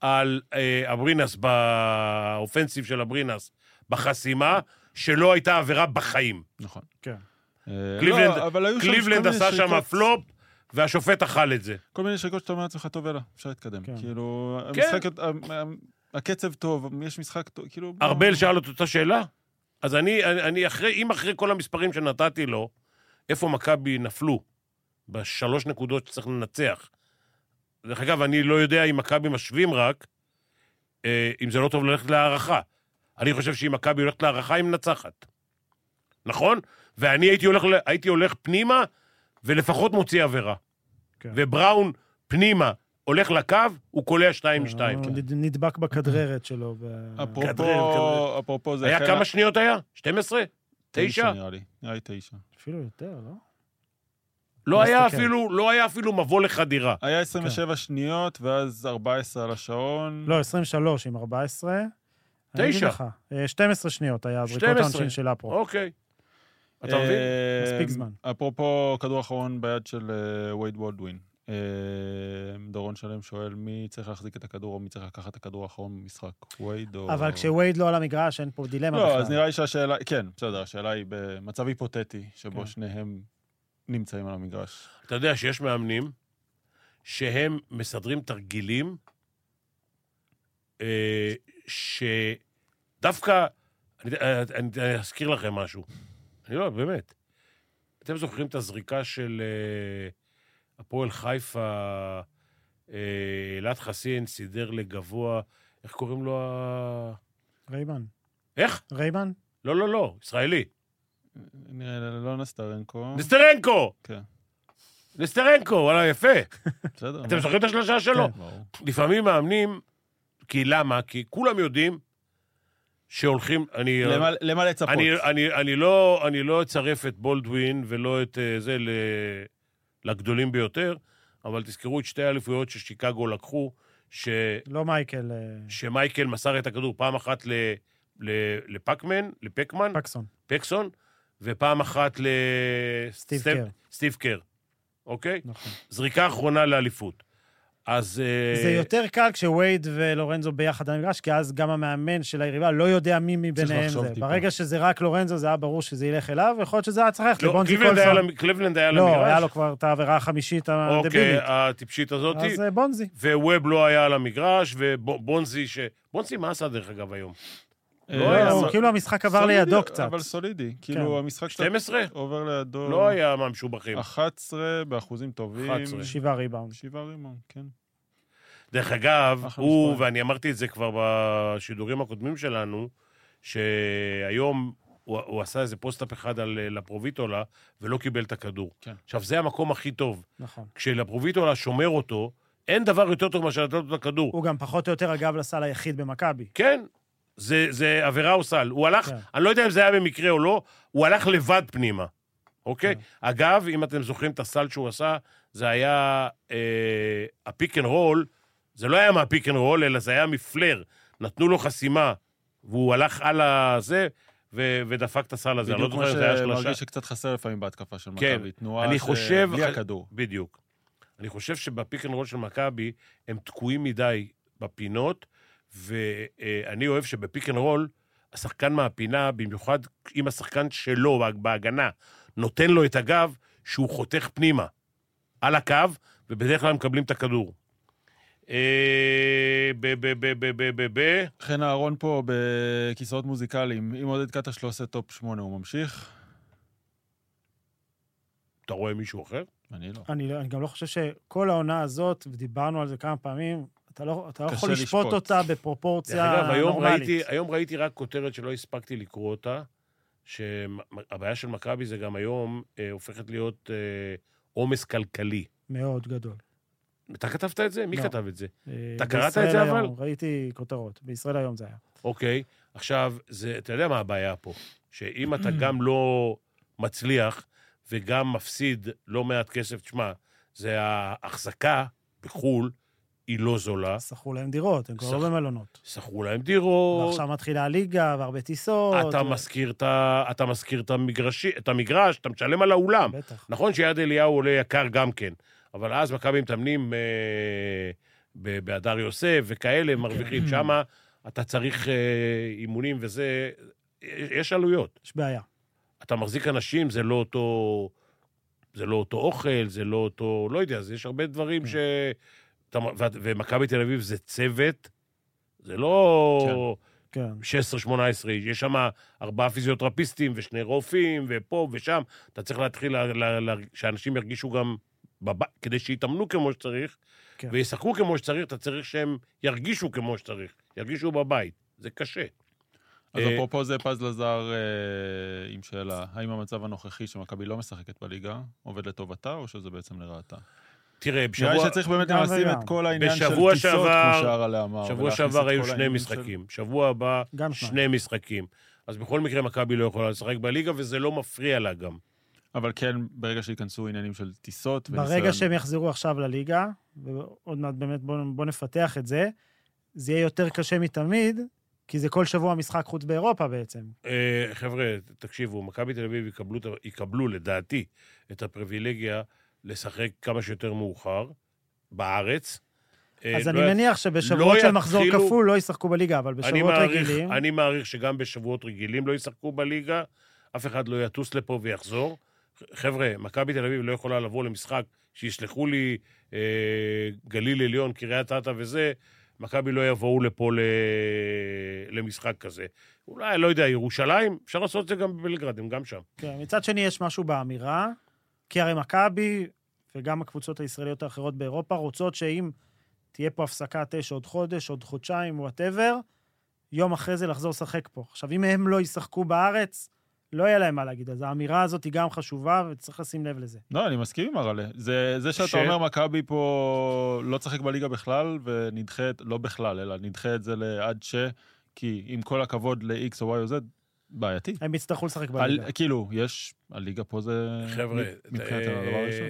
על אה, אברינס, באופנסיב של אברינס, בחסימה, שלא הייתה עבירה בחיים.
נכון.
כן.
אה,
קליבלנד-
לא, אבל היו שם
קליבלנד
כל מיני
עשה שם
שריקות-
פלופ, והשופט אכל את זה.
כל מיני שריקות שאתה אומר לעצמך, טוב, יאללה, אפשר להתקדם.
כן.
כאילו,
כן.
המשחק, ה- ה- הקצב טוב, יש משחק טוב, כאילו... בוא-
ארבל שאל אותו את השאלה, אז אני, אני- אני אחרי, אם אחרי כל המספרים שנתתי לו, איפה מכבי נפלו, בשלוש נקודות שצריך לנצח. דרך אגב, אני לא יודע אם מכבי משווים רק, אה, אם זה לא טוב ללכת להערכה. אני חושב שאם מכבי הולכת להערכה, היא מנצחת. נכון? ואני הייתי הולך, ל- הייתי הולך פנימה, ולפחות מוציא עבירה.
כן.
ובראון פנימה הולך לקו, הוא קולע 2-2. כן.
הוא נד- נדבק בכדררת שלו. ב-
כדרר, כדרר.
אפרופו, אפרופו זה...
היה
החל-
כמה שניות היה? 12? 9?
נראה לי. נראה לי תשע.
אפילו יותר, לא?
לא היה
מסתכל.
אפילו, לא היה אפילו מבוא לחדירה.
היה
כן.
27 שניות, ואז 14 על השעון.
לא, 23 עם 14. אני אגיד
תשע.
לך, אה, 12 שניות היה זריקות
12.
העונשין של אפרו.
אוקיי. אתה מבין?
אה,
מספיק זמן.
אפרופו כדור אחרון ביד של אה, וייד וולדווין. אה, דורון שלם שואל מי צריך להחזיק את הכדור או מי צריך לקחת את הכדור האחרון במשחק, וייד או...
אבל כשווייד לא על המגרש, אין פה דילמה
לא, אז
בכלל.
נראה לי שהשאלה, כן, בסדר, השאלה היא במצב היפותטי,
כן.
שבו שניהם נמצאים על המגרש.
אתה יודע שיש מאמנים שהם מסדרים תרגילים אה, שדווקא, אני, אה, אני, אני אזכיר לכם משהו. אני לא, באמת. אתם זוכרים את הזריקה של אה, הפועל חיפה, אה, אלעד חסין סידר לגבוה, איך קוראים לו ה...
רייבן.
איך?
רייבן?
לא, לא, לא, ישראלי.
נראה לי לא נסטרנקו.
נסטרנקו!
כן.
נסטרנקו, וואלה, יפה.
בסדר.
אתם לא
נו,
זוכרים את השלושה שלו?
כן.
ברור.
לפעמים מאמנים, כי למה? כי כולם יודעים שהולכים, אני... אה,
למה- למה לצפות? אה,
אני, אני, אני, לא, אני לא אצרף את בולדווין ולא את אה, זה ל, לגדולים ביותר, אבל תזכרו את שתי האליפויות ששיקגו לקחו, ש,
לא מייקל, אה,
שמייקל מסר את הכדור פעם אחת ל, ל, לפקמן, לפקמן,
פקסון.
פקסון, ופעם אחת
סטיב
לסטיב
קר.
סטיב קר, אוקיי?
נכון.
זריקה אחרונה לאליפות. אז... אה,
זה יותר קל כשווייד ולורנזו ביחד על המגרש, כי אז גם המאמן של היריבה לא יודע מי מביניהם
לחשוב
זה.
טיפה.
ברגע שזה רק לורנזו, זה היה ברור שזה ילך אליו, ויכול להיות שזה היה צריך ללכת
לא,
לבונזי
קליבלנד היה
קולסון.
למ- קליבלנד היה למגרש.
לא, היה לו כבר את העבירה החמישית
אוקיי,
הדבילית.
הטיפשית הזאתי.
אז אה, בונזי.
וווב לא היה על המגרש, ובונזי ש... בונזי, מה עשה דרך אגב היום?
אה,
לא היה,
לא,
אבל-
כאילו המשחק עבר
סולידי,
לידו קצת. כן.
אבל סולידי. כאילו, המשחק קצת
12?
עובר לידו.
לא היה מהמשובחים.
11 באחוזים טובים.
11.
שבעה ריבאונד.
שבעה רימון, כן.
דרך אגב,
אחלה
הוא,
מספרים.
ואני אמרתי את זה כבר בשידורים הקודמים שלנו, שהיום הוא, הוא עשה איזה פוסט-אפ אחד על אה, לפרוביטולה, ולא קיבל את הכדור.
כן.
עכשיו, זה המקום הכי טוב.
נכון.
כשלפרוביטולה שומר אותו, אין דבר יותר טוב מאשר לתת לו את הכדור.
הוא גם פחות או יותר, אגב, לסל היחיד במכבי.
כן, זה, זה עבירה או סל. הוא הלך,
כן.
אני לא יודע אם זה היה במקרה או לא, הוא הלך לבד פנימה, אוקיי?
כן.
אגב, אם אתם זוכרים את הסל שהוא עשה, זה היה אה, הפיק אנד רול, זה לא היה מהפיק אנד רול, אלא זה היה מפלר. נתנו לו חסימה, והוא הלך על הזה, ו- ודפק את הסל הזה. אני לא
בדיוק כמו
זוכר אם זה היה שלושה.
שמרגיש שקצת חסר לפעמים בהתקפה של
כן.
מכבי. תנועה
אני
ש-
חושב-
בלי הכדור.
בדיוק. אני חושב שבפיק אנד רול של מכבי, הם תקועים מדי בפינות, ואני אוהב שבפיק אנד רול, השחקן מהפינה, במיוחד אם השחקן שלו בה- בהגנה נותן לו את הגב, שהוא חותך פנימה, על הקו, ובדרך כלל מקבלים את הכדור. אה, ב... ב... ב... ב... ב... ב... ב...
חן אהרון פה בכיסאות מוזיקליים. אם עודד קטש לא עושה טופ 8, הוא ממשיך?
אתה רואה מישהו אחר?
אני לא.
אני, לא- אני גם לא חושב שכל העונה הזאת, ודיברנו על זה כמה פעמים, אתה לא, אתה לא
קשה
יכול לשפוט
לשפוט.
אותה
דרך
בפרופורציה
אגב, היום
נורמלית.
ראיתי, היום ראיתי רק כותרת שלא הספקתי לקרוא אותה, שהבעיה של מכבי זה גם היום אה, הופכת להיות אה, עומס כלכלי.
מאוד גדול.
אתה כתבת את זה? מי
לא.
כתב את זה?
אה,
אתה קראת את
בישראל
זה,
היום,
אבל?
ראיתי כותרות. בישראל היום זה היה.
אוקיי. עכשיו, זה, אתה יודע מה הבעיה פה? שאם
*clears throat*
אתה גם לא מצליח וגם מפסיד לא מעט כסף, תשמע, זה ההחזקה בחו"ל, היא לא זולה.
שכרו להם דירות, הם כבר
שכ-
לא במלונות.
שכרו להם דירות,
ועכשיו מתחילה הליגה, והרבה טיסות.
אתה
ו-
משכיר את ה- אתה משכיר את המגרשי- את המגרש, אתה משלם על האולם.
בטח.
נכון שיד אליהו עולה יקר גם כן, אבל אז מכבי מתאמנים אה, ב- בהדר יוסף וכאלה, הם מרוויחים. שמה אתה צריך אה, אימונים וזה, יש יש עלויות.
יש בעיה.
אתה מחזיק אנשים, זה לא אותו... זה לא אותו אוכל, זה לא אותו... לא יודע, אז יש הרבה דברים ש... אתה- ו- ומכבי תל אביב זה צוות, זה לא...
כן.
16-18 איש, יש שם ארבעה פיזיותרפיסטים ושני רופאים ופה ושם. אתה צריך להתחיל ל- ל- ל- שאנשים ירגישו גם, בב... כדי שיתאמנו כמו שצריך,
כן.
כן. וישחקו כמו שצריך, אתה צריך שהם ירגישו כמו שצריך, ירגישו בבית. זה קשה.
אז
אה,
אפרופו זה, פז לזר אה, עם שאלה, האם המצב הנוכחי שמכבי לא משחקת בליגה עובד לטובתה, או שזה בעצם לרעתה?
תראה,
נראה לי
בשבוע,
שצריך באמת
גם
לשים
וגם.
את כל העניין של
בשבוע
טיסות, כמו
שעבר-
שהרלה אמר.
שבוע
ולהכניס את
שעבר היו
כל
שני
העניין של-
משחקים, שבוע הבא
גם שניים.
שני משחקים. אז בכל מקרה מכבי לא יכולה לשחק בליגה, וזה לא מפריע לה גם.
אבל כן, ברגע שייכנסו עניינים של טיסות
ברגע שהם יחזרו עכשיו לליגה, ועוד מעט באמת בואו בוא נפתח את זה, זה יהיה יותר קשה מתמיד, כי זה כל שבוע משחק חוץ באירופה בעצם.
אה, חבר'ה, תקשיבו, מכבי תל אביב יקבלו, את ה- יקבלו, לדעתי, את הפריבילגיה לשחק כמה שיותר מאוחר בארץ. אה,
אז
לא
אני
יצ-
מניח שבשבועות של מחזור
יתחילו-
כפול לא ישחקו בליגה, אבל
אני
בשבועות
מעריך,
רגילים...
אני מעריך שגם בשבועות רגילים לא ישחקו בליגה, אף אחד לא יטוס לפה ויחזור. חבר'ה, מכבי תל אביב לא יכולה לבוא למשחק, שישלחו לי אה, גליל עליון, קריית אתא וזה, מכבי לא יבואו לפה ל... למשחק כזה. אולי, לא יודע, ירושלים, אפשר לעשות את זה גם בבלגרד, הם גם שם.
כן, מצד שני יש משהו באמירה, כי הרי מכבי וגם הקבוצות הישראליות האחרות באירופה רוצות שאם תהיה פה הפסקה תשע עוד חודש, עוד חודשיים, וואטאבר, יום אחרי זה לחזור לשחק פה. עכשיו, אם הם לא ישחקו בארץ, לא יהיה להם מה להגיד. אז האמירה הזאת היא גם חשובה, וצריך לשים לב לזה.
לא, אני מסכים עם הרלה. זה, זה שאתה
ש-
אומר, מכבי פה לא תשחק בליגה בכלל, ונדחה את, לא בכלל, אלא נדחה את זה לעד ש... כי עם כל הכבוד ל-X או Y או Z, בעייתי.
כן,
הם יצטרכו לשחק
על,
בליגה.
כאילו, יש, הליגה פה זה...
חבר'ה,
מבחינת
אה,
אה, הדבר הראשון.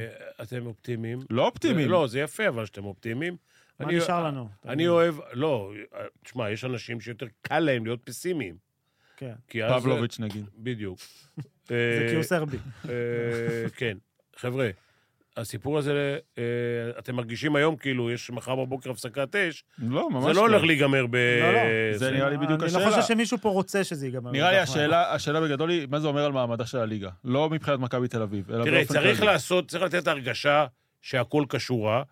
אתם אופטימיים.
לא אופטימיים.
לא, זה יפה, אבל שאתם אופטימיים.
מה
אני-
נשאר לנו?
אני אוהב, לא, תשמע, יש אנשים שיותר קל להם להיות פסימיים.
כן,
כי אז-
פבלוביץ' נגיד.
בדיוק.
זה
אה,
כי הוא סרבי.
אה, כן. חבר'ה, הסיפור הזה, אה, אתם מרגישים היום כאילו יש מחר בבוקר הפסקת אש,
לא, ממש
זה לא הולך להיגמר ב...
לא, לא.
זה נראה לי בדיוק
אני
השאלה.
לא חושב שמישהו פה רוצה שזה ייגמר.
נראה לי
לא
ככה.
השאלה, השאלה בגדול היא, מה זה אומר על מעמדה של הליגה? לא מבחינת מכבי תל אביב, אלא
תראה,
באופן כללי.
צריך לעשות, צריך לתת הרגשה שהכול קשורה,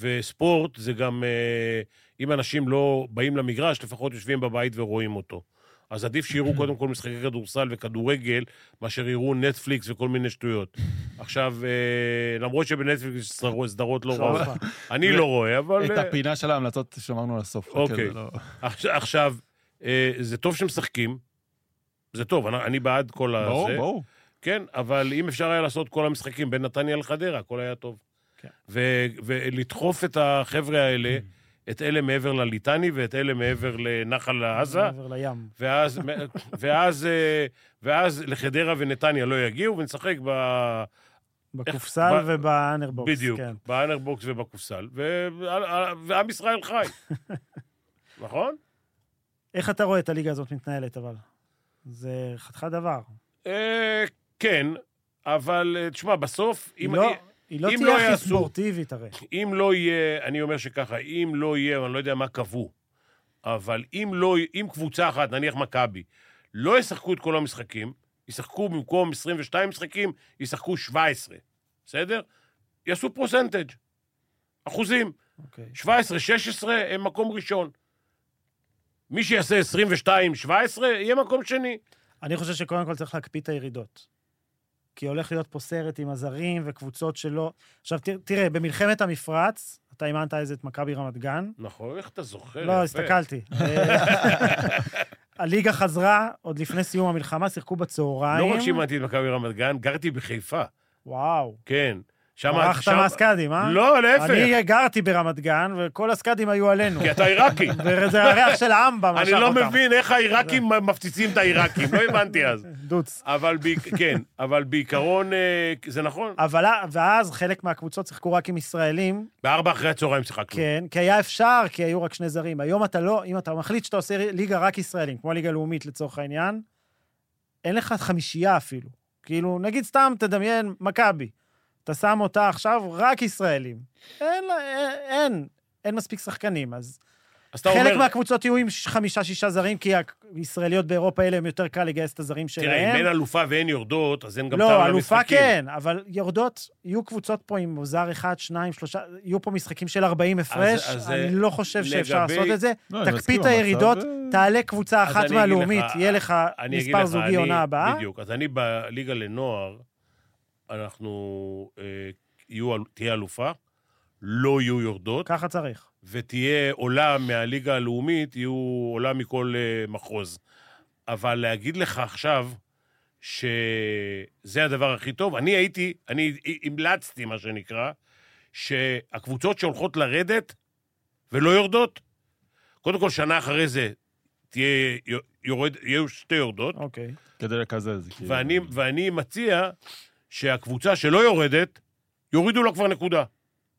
וספורט זה גם, אה, אם אנשים לא באים למגרש, לפחות יושבים בבית ורואים אותו. אז עדיף
*clears throat*
שיראו קודם כל משחקי כדורסל וכדורגל, מאשר יראו נטפליקס וכל מיני שטויות. עכשיו, אה, למרות שבנטפליקס יש סדרות- סדרות לא
חרפה.
רעות, אני לא רואה, אבל...
את
אה,
הפינה של ההמלצות שמרנו לסוף. חכה,
אוקיי.
זה לא-
עכש- עכשיו, אה, זה טוב שמשחקים, זה טוב, אני- אני בעד כל הזה.
ברור, ברור.
כן, אבל אם אפשר היה לעשות כל המשחקים בין נתניה לחדרה, הכל היה טוב.
כן.
ו- ולדחוף את החבר'ה האלה,
Mm.
את אלה מעבר לליטני ואת אלה מעבר לנחל עזה,
מעבר לים.
ואז, ואז, אה, ואז לחדרה ונתניה לא יגיעו, ונשחק ב...
בקופסל
ב-
ובאנרבוקס.
בדיוק,
כן.
באנרבוקס ובקופסל, ו- ועם ישראל חי.
*laughs*
נכון?
איך אתה רואה את הליגה הזאת מתנהלת, אבל? זה חתיכת דבר.
אה, כן, אבל אה, תשמע, בסוף,
היא
אם...
לא-
אני-
היא לא
אם לא
תהיה הכי
יעשו-
ספורטיבית הרי.
אם לא יהיה, אני אומר שככה, אם לא יהיה, אני לא יודע מה קבעו, אבל אם לא, אם קבוצה אחת, נניח מכבי, לא ישחקו את כל המשחקים, ישחקו במקום 22 משחקים, ישחקו 17, בסדר? יעשו פרוסנטג', אחוזים.
אוקיי.
17-16 הם מקום ראשון. מי שיעשה 22-17 יהיה מקום שני.
אני חושב שקודם כל צריך להקפיא את הירידות. כי הולך להיות פה סרט עם הזרים וקבוצות שלא... עכשיו, תראה, תראה, במלחמת המפרץ, אתה אימנת איזה את מכבי רמת גן.
נכון, איך אתה זוכר?
לא,
יפה. *laughs*
הסתכלתי. אה, הליגה חזרה עוד לפני סיום המלחמה, שיחקו
לא
בצהריים.
רק שאימנתי את מכבי רמת גן, גרתי בחיפה,
וואו.
כן. שם...
ברחת
שם-
מהסקאדים, אה?
לא, להפך.
אני גרתי ברמת גן, וכל הסקאדים היו עלינו.
כי אתה
*laughs*
עיראקי.
וזה הריח של העמבה משך
אני
אותם.
לא מבין איך העיראקים מפציצים את העיראקים, לא הבנתי
*laughs*
אז.
דוץ.
אבל בעיק- כן, אבל בעיקרון אה, זה נכון.
אבל ה- ואז חלק מהקבוצות שיחקו רק עם ישראלים,
בארבע אחרי הצהריים שיחקנו.
כן, כי היה אפשר, כי היו רק שני זרים. היום אתה לא, אם אתה מחליט שאתה עושה ליגה רק ישראלים, כמו ליגה לאומית לצורך העניין, אין לך חמישייה אפילו. כאילו, נגיד סתם, תדמיין, מכבי. אתה שם אותה עכשיו רק ישראלים. אין, לה- אין, אין, אין מספיק שחקנים, אז...
אז אתה
חלק
אומר,
מהקבוצות יהיו עם ש- חמישה-שישה זרים, כי הישראליות באירופה האלה, הם יותר קל לגייס את הזרים שלהם.
תראה, אם אין אלופה ואין יורדות, אז אין גם טעם
לא,
למשחקים.
אלופה כן, אבל יורדות, יהיו קבוצות פה עם זר אחד, שניים, שלושה, יהיו פה משחקים של 40 הפרש,
אז,
אני
אה,
לא חושב שאפשר
לגבי-
לעשות את זה.
לא, אני מסכים,
תקפיא את
המצב,
הירידות,
אה,
תעלה
אז
קבוצה
אני
אחת
אגיד
מהלאומית,
לך,
יהיה לך
אני אגיד
מספר
לך,
זוגי
אני-
עונה הבאה.
בדיוק. אז אני בליגה לנוער, אנחנו... אה, יהיו אל- תהיה אלופה, לא יהיו יורדות,
ככה צריך.
ותהיה עולה מהליגה הלאומית, יהיו עולה מכל אה, מחוז. אבל להגיד לך עכשיו שזה הדבר הכי טוב, אני הייתי, אני המלצתי, מה שנקרא, שהקבוצות שהולכות לרדת ולא יורדות, קודם כל, שנה אחרי זה תהיה, יורד, יהיו שתי יורדות,
אוקיי.
כדי לקזז, כאילו.
ואני, ואני מציע שהקבוצה שלא יורדת, יורידו לה כבר נקודה,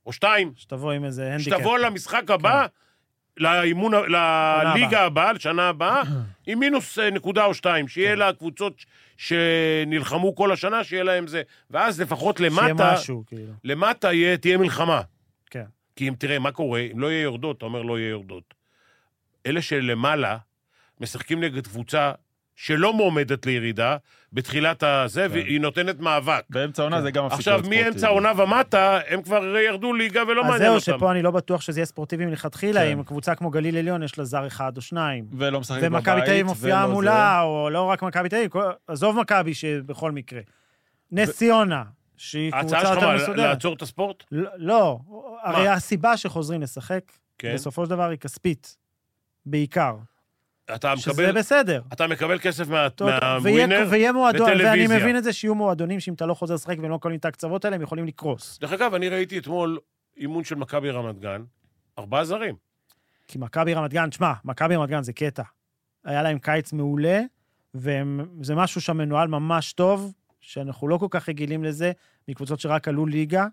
או שתיים.
שתבוא עם איזה הנדיקאפ.
שתבוא למשחק הבא,
כן.
לאימון, ה- לליגה הבאה, לשנה
*clears throat*
הבאה, עם מינוס אה, נקודה או שתיים,
כן.
שיהיה לקבוצות ש- שנלחמו כל השנה, שיהיה להם זה. ואז לפחות
שיהיה
למטה,
משהו, כאילו.
למטה יהיה- תהיה מלחמה.
כן.
כי אם תראה, מה קורה? אם לא יהיה יורדות, אתה אומר לא יהיה יורדות. אלה שלמעלה משחקים נגד קבוצה שלא מועמדת לירידה בתחילת הזה,
כן.
והיא נותנת מאבק.
באמצע העונה זה גם הפסיק
כן. עכשיו,
להיות
מאמצע
ספורטיבי.
העונה ומטה, הם כבר ירדו ליגה ולא
אז
מעניין
זהו,
אותם.
שפה אני לא בטוח שזה יהיה ספורטיבי מלכתחילה,
כן.
אם קבוצה כמו גליל עליון יש לה זר אחד או שניים.
ולא משחק בבית.
ומכבי תל אביב מופיעה
ולא זה.
מולה, או לא רק מכבי תל אביב, כל- עזוב מכבי שבכל מקרה. נס ציונה, שהיא קבוצה
ההצעה שלך
יותר
מה,
מסודרת.
לעצור את הספורט?
לא, לא, הרי הסיבה שחוזרים לשחק,
כן.
בסופו של דבר היא כספית, בעיקר.
אתה
שזה
מקבל,
בסדר.
אתה מקבל כסף מה-
טוב, ויהיה-
מהווינר?
ויהיה מועדון, ואני
וטלוויזיה.
מבין את זה שיהיו מועדונים שאם אתה לא חוזר לשחק והם לא קונים את ההקצבות האלה, הם יכולים לקרוס.
דרך אגב, אני ראיתי אתמול אימון של מכבי רמת גן, ארבעה זרים.
כי מכבי רמת גן, שמע, מכבי רמת גן זה קטע. היה להם קיץ מעולה, וזה משהו שם מנוהל ממש טוב, שאנחנו לא כל כך רגילים לזה, מקבוצות שרק עלו ליגה,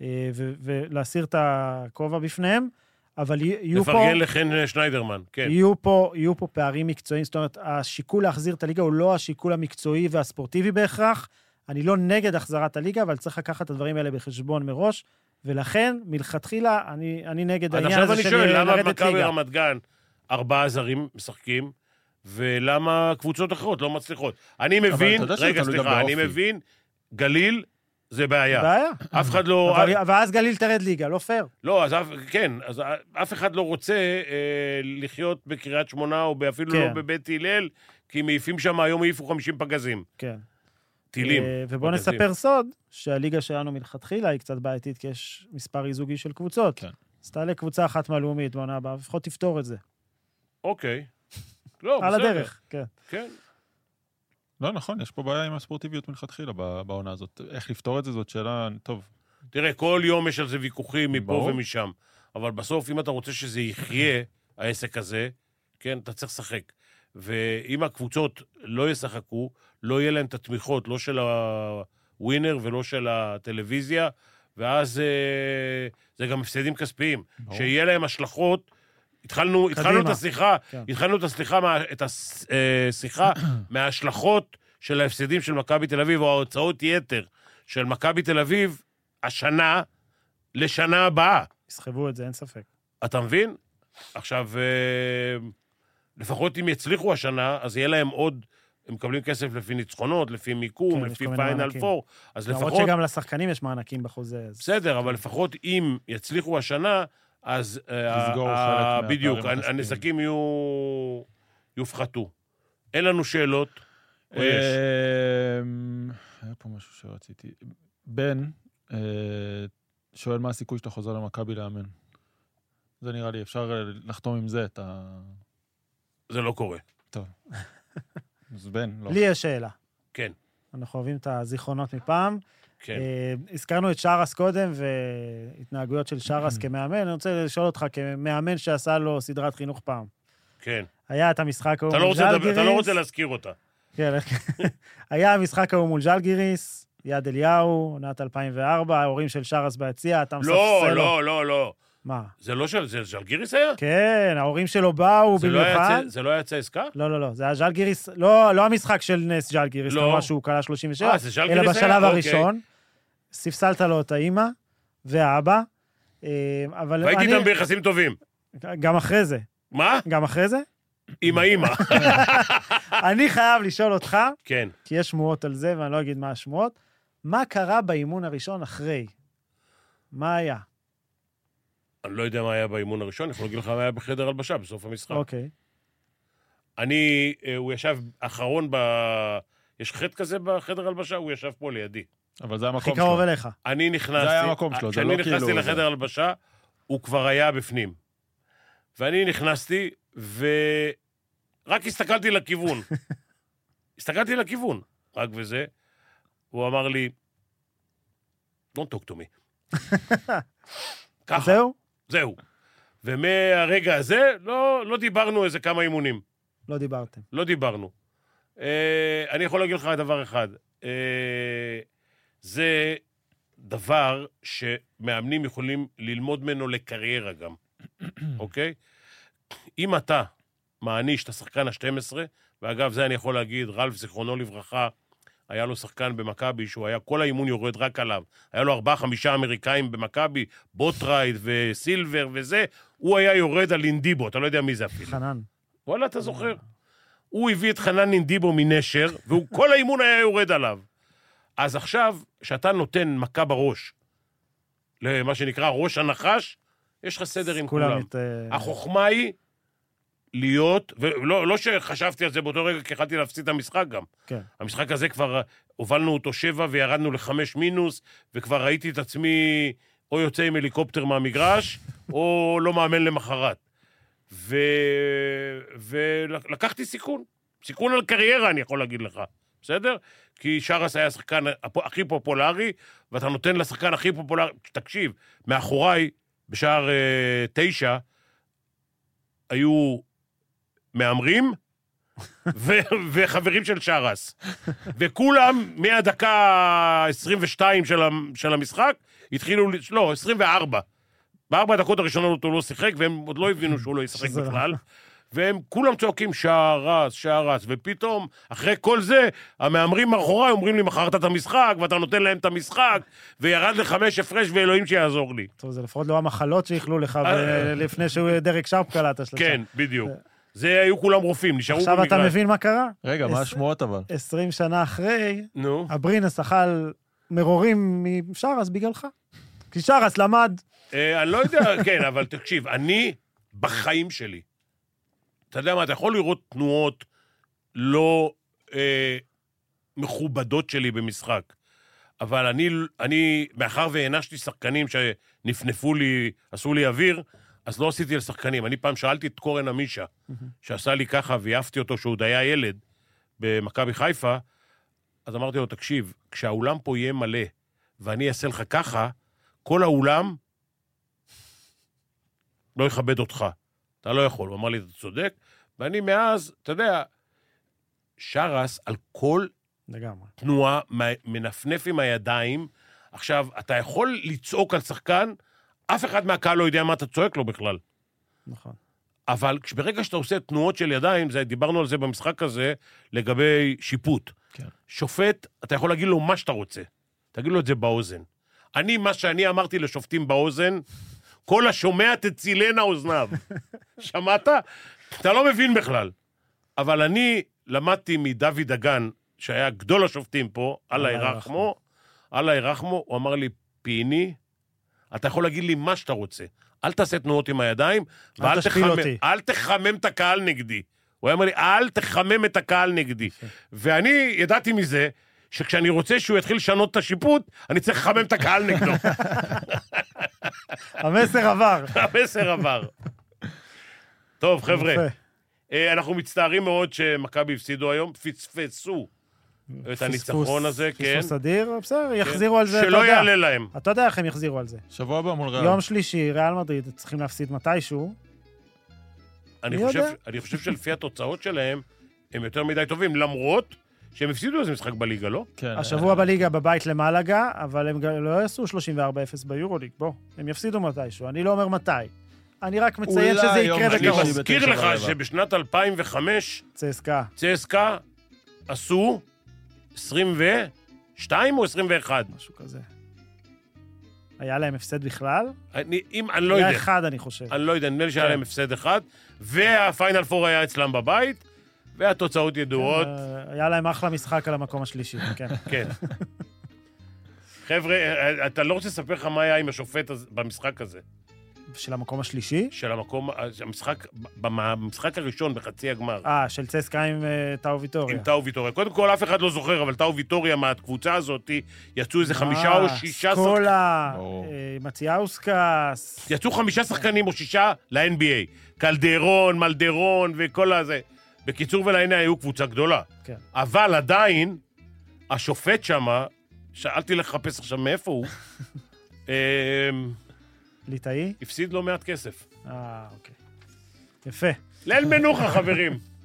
אה, ו- ולהסיר את הכובע בפניהם, אבל י- יהיו פה...
לפרגן לחן שניידרמן, כן.
יהיו פה, יהיו פה פערים מקצועיים, זאת אומרת, השיקול להחזיר את הליגה הוא לא השיקול המקצועי והספורטיבי בהכרח. אני לא נגד החזרת הליגה, אבל צריך לקחת את הדברים האלה בחשבון מראש, ולכן, מלכתחילה, אני, אני נגד
אז
העניין
עכשיו אני
הזה של אה,
שואל, למה
לרדת
מכבי
ליגה.
רמת גן ארבעה זרים משחקים, ולמה קבוצות אחרות לא מצליחות? אני מבין,
יודע שזה
רגע,
תלוי גם
סליחה, אני
באופי.
מבין, גליל זה בעיה.
בעיה.
אף אחד לא...
אבל- ואז גליל תרד ליגה, לא פייר.
לא, אז אף, כן, אז אף אחד לא רוצה אה, לחיות בקריית שמונה או אפילו
כן.
לא בבית הלל, כי מעיפים שם, היום העיפו 50 פגזים,
כן.
טילים.
אה, ובואו
פגזים.
נספר סוד, שהליגה שלנו מלכתחילה היא קצת בעייתית, כי יש מספר אי-זוגי של קבוצות.
כן.
אז תעלה קבוצה אחת מהלאומית בעונה הבאה, לפחות תפתור את זה.
אוקיי. לא,
על
בסדר,
הדרך, כן.
כן.
לא, נכון, יש פה בעיה עם הספורטיביות מלכתחילה ב- בעונה הזאת. איך לפתור את זה, זאת שאלה, טוב,
תראה, כל יום יש על זה ויכוחים מפה
ברור.
ומשם, אבל בסוף, אם אתה רוצה שזה יחיה, העסק הזה, כן, אתה צריך לשחק. ואם הקבוצות לא ישחקו, לא יהיה להן את התמיכות, לא של הווינר ולא של הטלוויזיה, ואז אה, זה גם הפסדים כספיים,
ברור.
שיהיה להם השלכות. התחלנו, התחלנו את
קדימה.
השיחה,
כן.
התחלנו את הסליחה מה- את הס- אה,
*clears throat*
שיחה מההשלכות של ההפסדים של מכבי תל אביב, או ההוצאות יתר של מכבי תל אביב השנה לשנה הבאה.
יסחבו את זה, אין ספק.
אתה מבין? עכשיו, אה, לפחות אם יצליחו השנה, אז יהיה להם עוד... הם מקבלים כסף לפי ניצחונות, לפי מיקום,
כן, יש
לפי
כל מיני
פיינל
מענקים.
פור, אז
למרות
לפחות...
שגם לשחקנים יש מענקים בחוזה. אז-
בסדר, אבל לפחות אם יצליחו השנה, אז... אה,
לסגור
ה-
חלק
ה-
מהפערים
בדיוק,
הכספיים.
הנ- הנזקים יהיו... יופחתו. אין לנו שאלות. או יש?
אמ, היה פה משהו שרציתי. בן אה, שואל מה הסיכוי שאתה חוזר למכבי לאמן. זה נראה לי, אפשר אה, לחתום עם זה את ה...
זה לא קורה.
אז בן, לא.
לי יש שאלה.
כן,
אנחנו אוהבים את הזיכרונות מפעם.
כן.
אה, הזכרנו את שרס קודם והתנהגויות של
*clears throat*
שרס כמאמן. אני רוצה לשאול אותך, כמאמן שעשה לו סדרת חינוך פעם.
כן.
היה את המשחק ההוא
אתה לא
מול
רוצה לדבר-
ז'לגיריס.
אתה לא רוצה להזכיר אותה.
כן, *laughs* היה המשחק ההוא מול ז'לגיריס, יד אליהו, עונת 2004, ההורים של שרס ביציע, אתה מספסל
לא,
לו.
לא, לא, לא.
מה?
זה לא של... זה ז'לגיריס היה?
כן, ההורים שלו באו
זה לא היה
במיוחד.
צ- זה לא היה צעסקה?
לא, לא, לא, זה היה ז'לגיריס, לא, לא המשחק של נס ז'לגיריס,
לא.
כמובן שהוא כלה 37,
אה, זה ז'לגיריס
אלא
היה?
בשלב
אוקיי.
הראשון. ספסלת לו את האימא והאבא, אה, אבל
והייתי
אני...
איתם ביחסים טובים.
גם אחרי זה,
מה?
גם אחרי זה.
עם האימא. *laughs* אה.
אני חייב לשאול אותך,
כן.
כי יש שמועות על זה, ואני לא אגיד מה השמועות, מה קרה באימון הראשון אחרי? מה היה?
אני לא יודע מה היה באימון הראשון, אני יכול להגיד לך מה היה בחדר הלבשה בסוף המשחק.
אוקיי.
אני, אה, הוא ישב אחרון ב... יש חטא כזה בחדר הלבשה? הוא ישב פה לידי.
אבל זה המקום
הכי
שלו.
קרוב אליך.
אני נכנסתי...
זה היה המקום שלו, זה לא
כשאני נכנסתי
כאילו-
לחדר הלבשה, הוא כבר היה בפנים. ואני נכנסתי, ורק הסתכלתי
*laughs*
לכיוון. הסתכלתי לכיוון, רק וזה. הוא אמר לי, Don't talk to me.
*laughs*
ככה, זהו.
זהו?
זהו. ומהרגע הזה, לא, לא דיברנו איזה כמה אימונים.
לא דיברתם.
לא דיברנו. אה, אני יכול להגיד לך דבר אחד. אה, זה דבר שמאמנים יכולים ללמוד ממנו לקריירה גם, אוקיי? אם אתה מעניש את השחקן ה-12, ואגב, זה אני יכול להגיד, רלף, זיכרונו לברכה, היה לו שחקן במכבי, שהוא היה, כל האימון יורד רק עליו. היה לו ארבעה, חמישה אמריקאים במכבי, בוטרייד וסילבר וזה, הוא היה יורד על אינדיבו, אתה לא יודע מי זה אפילו.
חנן. אה,
וואלה, אתה זוכר. הוא הביא את חנן נינדיבו מנשר, והוא כל האימון היה יורד עליו. אז עכשיו, כשאתה נותן מכה בראש, למה שנקרא ראש הנחש, יש לך סדר עם כולם.
מת, אה,
החוכמה היא להיות, ולא לא שחשבתי על זה באותו רגע, כי יכלתי להפסיד את המשחק גם.
כן.
המשחק הזה כבר אה, הובלנו אותו שבע וירדנו לחמש מינוס, וכבר ראיתי את עצמי או יוצא עם הליקופטר מהמגרש, או לא מאמן למחרת. ו... ולקחתי סיכון, סיכון על קריירה, אני יכול להגיד לך, בסדר? כי שרס היה השחקן הפ- הכי פופולרי, ואתה נותן לשחקן הכי פופולרי... תקשיב, מאחוריי, בשער אה, תשע, היו מהמרים ו- *laughs* וחברים של שרס. וכולם, מהדקה ה-22 של, המ- של המשחק, התחילו, ל- לא, 24. בארבע הדקות הראשונות הוא לא שיחק, והם עוד לא הבינו שהוא לא ישחק
שזה לא.
בכלל. והם כולם צועקים שרס, שרס, ופתאום, אחרי כל זה, המהמרים מאחוריי אומרים לי, מכרת את המשחק, ואתה נותן להם את המשחק, וירד לחמש הפרש, ואלוהים שיעזור לי.
טוב, זה לפחות לא המחלות שאיכלו לך ב- לפני שהוא אה, דרק שרפ קלט השלושה.
אה, כן, בדיוק. זה היו כולם רופאים, נשארו במגרש.
אה. עכשיו אתה מבין מה קרה?
רגע, מה
עשרים-
השמועות אבל?
20 שנה אחרי,
נו.
אברינס אכל מרורים משרס בגללך. כי שרס למד,
אה, אני לא יודע, *laughs* כן, אבל תקשיב, אני בחיים שלי. אתה יודע מה, אתה יכול לראות תנועות לא אה, מכובדות שלי במשחק, אבל אני, אני מאחר והענשתי שחקנים שנפנפו לי, עשו לי אוויר, אז לא עשיתי לשחקנים. אני פעם שאלתי את קורן עמישה, שעשה לי ככה, ועייפתי אותו כשהוא עוד היה ילד במכבי חיפה, אז אמרתי לו, תקשיב, כשהאולם פה יהיה מלא ואני אעשה לך ככה, כל האולם לא יכבד אותך. אתה לא יכול. הוא אמר לי, אתה צודק. ואני מאז, אתה יודע, שרס על כל
לגמרי.
תנועה, מ- מנפנף עם הידיים. עכשיו, אתה יכול לצעוק על שחקן, אף אחד מהקהל לא יודע מה אתה צועק לו בכלל.
נכון.
אבל כש- ברגע שאתה עושה תנועות של ידיים, זה, דיברנו על זה במשחק הזה, לגבי שיפוט.
כן.
שופט, אתה יכול להגיד לו מה שאתה רוצה. תגיד לו את זה באוזן. אני, מה שאני אמרתי לשופטים באוזן, כל השומע תצילנה אוזניו. שמעת? אתה לא מבין בכלל. אבל אני למדתי מדוד דגן, שהיה גדול השופטים פה, אללה
אללה
ירחמו,
ירחמו.
אללה ירחמו, הוא אמר לי, פיני, אתה יכול להגיד לי מה שאתה רוצה. אל תעשה תנועות עם הידיים,
אל
ואל
תשפיל
תחמם,
אותי."
אל תחמם את הקהל נגדי. הוא היה אומר לי, אל תחמם את הקהל נגדי. ואני ידעתי מזה, שכשאני רוצה שהוא יתחיל לשנות את השיפוט, אני צריך לחמם את הקהל
*laughs*
נגדו.
המסר עבר.
המסר עבר. טוב, *laughs* חבר'ה,
יפה.
אה, אנחנו מצטערים מאוד שמכבי הפסידו היום, פספסו את הניצחון הזה, כן.
פספוס אדיר, בסדר, יחזירו על זה, אתה
שלא
יודע.
יעלה להם.
אתה יודע איך הם יחזירו על זה.
שבוע הבא מול ריאל.
יום שלישי, ריאל מדריד, צריכים להפסיד מתישהו.
אני
מי
חושב,
יודע?
אני חושב שלפי התוצאות שלהם, הם יותר מדי טובים, למרות שהם הפסידו איזה משחק בליגה, לא?
כן,
השבוע בליגה בבית למלגה, אבל הם גם לא יעשו 34-0 ביורוליג, בוא. הם יפסידו מתישהו, אני לא אומר מתי. אני רק מציין
אולי
שזה
יום
יקרה
אני
שלישי.
בקרוב.
מזכיר
בתשע
לך
ברבע.
שבשנת 2005
צסקה.
צסקה עשו 22 או 21?
משהו כזה. היה להם הפסד בכלל?
אני, אם, אני לא יודע.
היה אחד, אני חושב.
אני לא יודע, נדמה לי
כן.
שהיה להם הפסד אחד, והפיינל פור היה אצלם בבית, והתוצאות ידועות,
אה, היה להם אחלה משחק על המקום השלישי, כן. *laughs*
כן. חבר'ה, אה, אתה לא רוצה לספר לך מה היה עם השופט הזה- במשחק הזה,
של המקום השלישי?
של המקום, המשחק, במשחק הראשון בחצי הגמר,
אה, של צסקה עם אה, טאו ויטוריה.
עם טאו ויטוריה. קודם כל, אף אחד לא זוכר, אבל טאו ויטוריה מהקבוצה הזאת, יצאו איזה חמישה
אה,
או שישה שחקנים. כן.
סקולה,
ברור.
אה, מציאאוסקס.
יצאו חמישה שחקנים או שישה ל-NBA. קלדרון, מלדרון וכל הזה. בקיצור ולעיני היו קבוצה גדולה.
כן.
אבל עדיין, השופט שמה, שאלתי לחפש עכשיו מאיפה
*laughs*
הוא, אמ,
ליטאי?
הפסיד לא מעט כסף.
אה, אוקיי. יפה.
ליל מנוחה, חברים.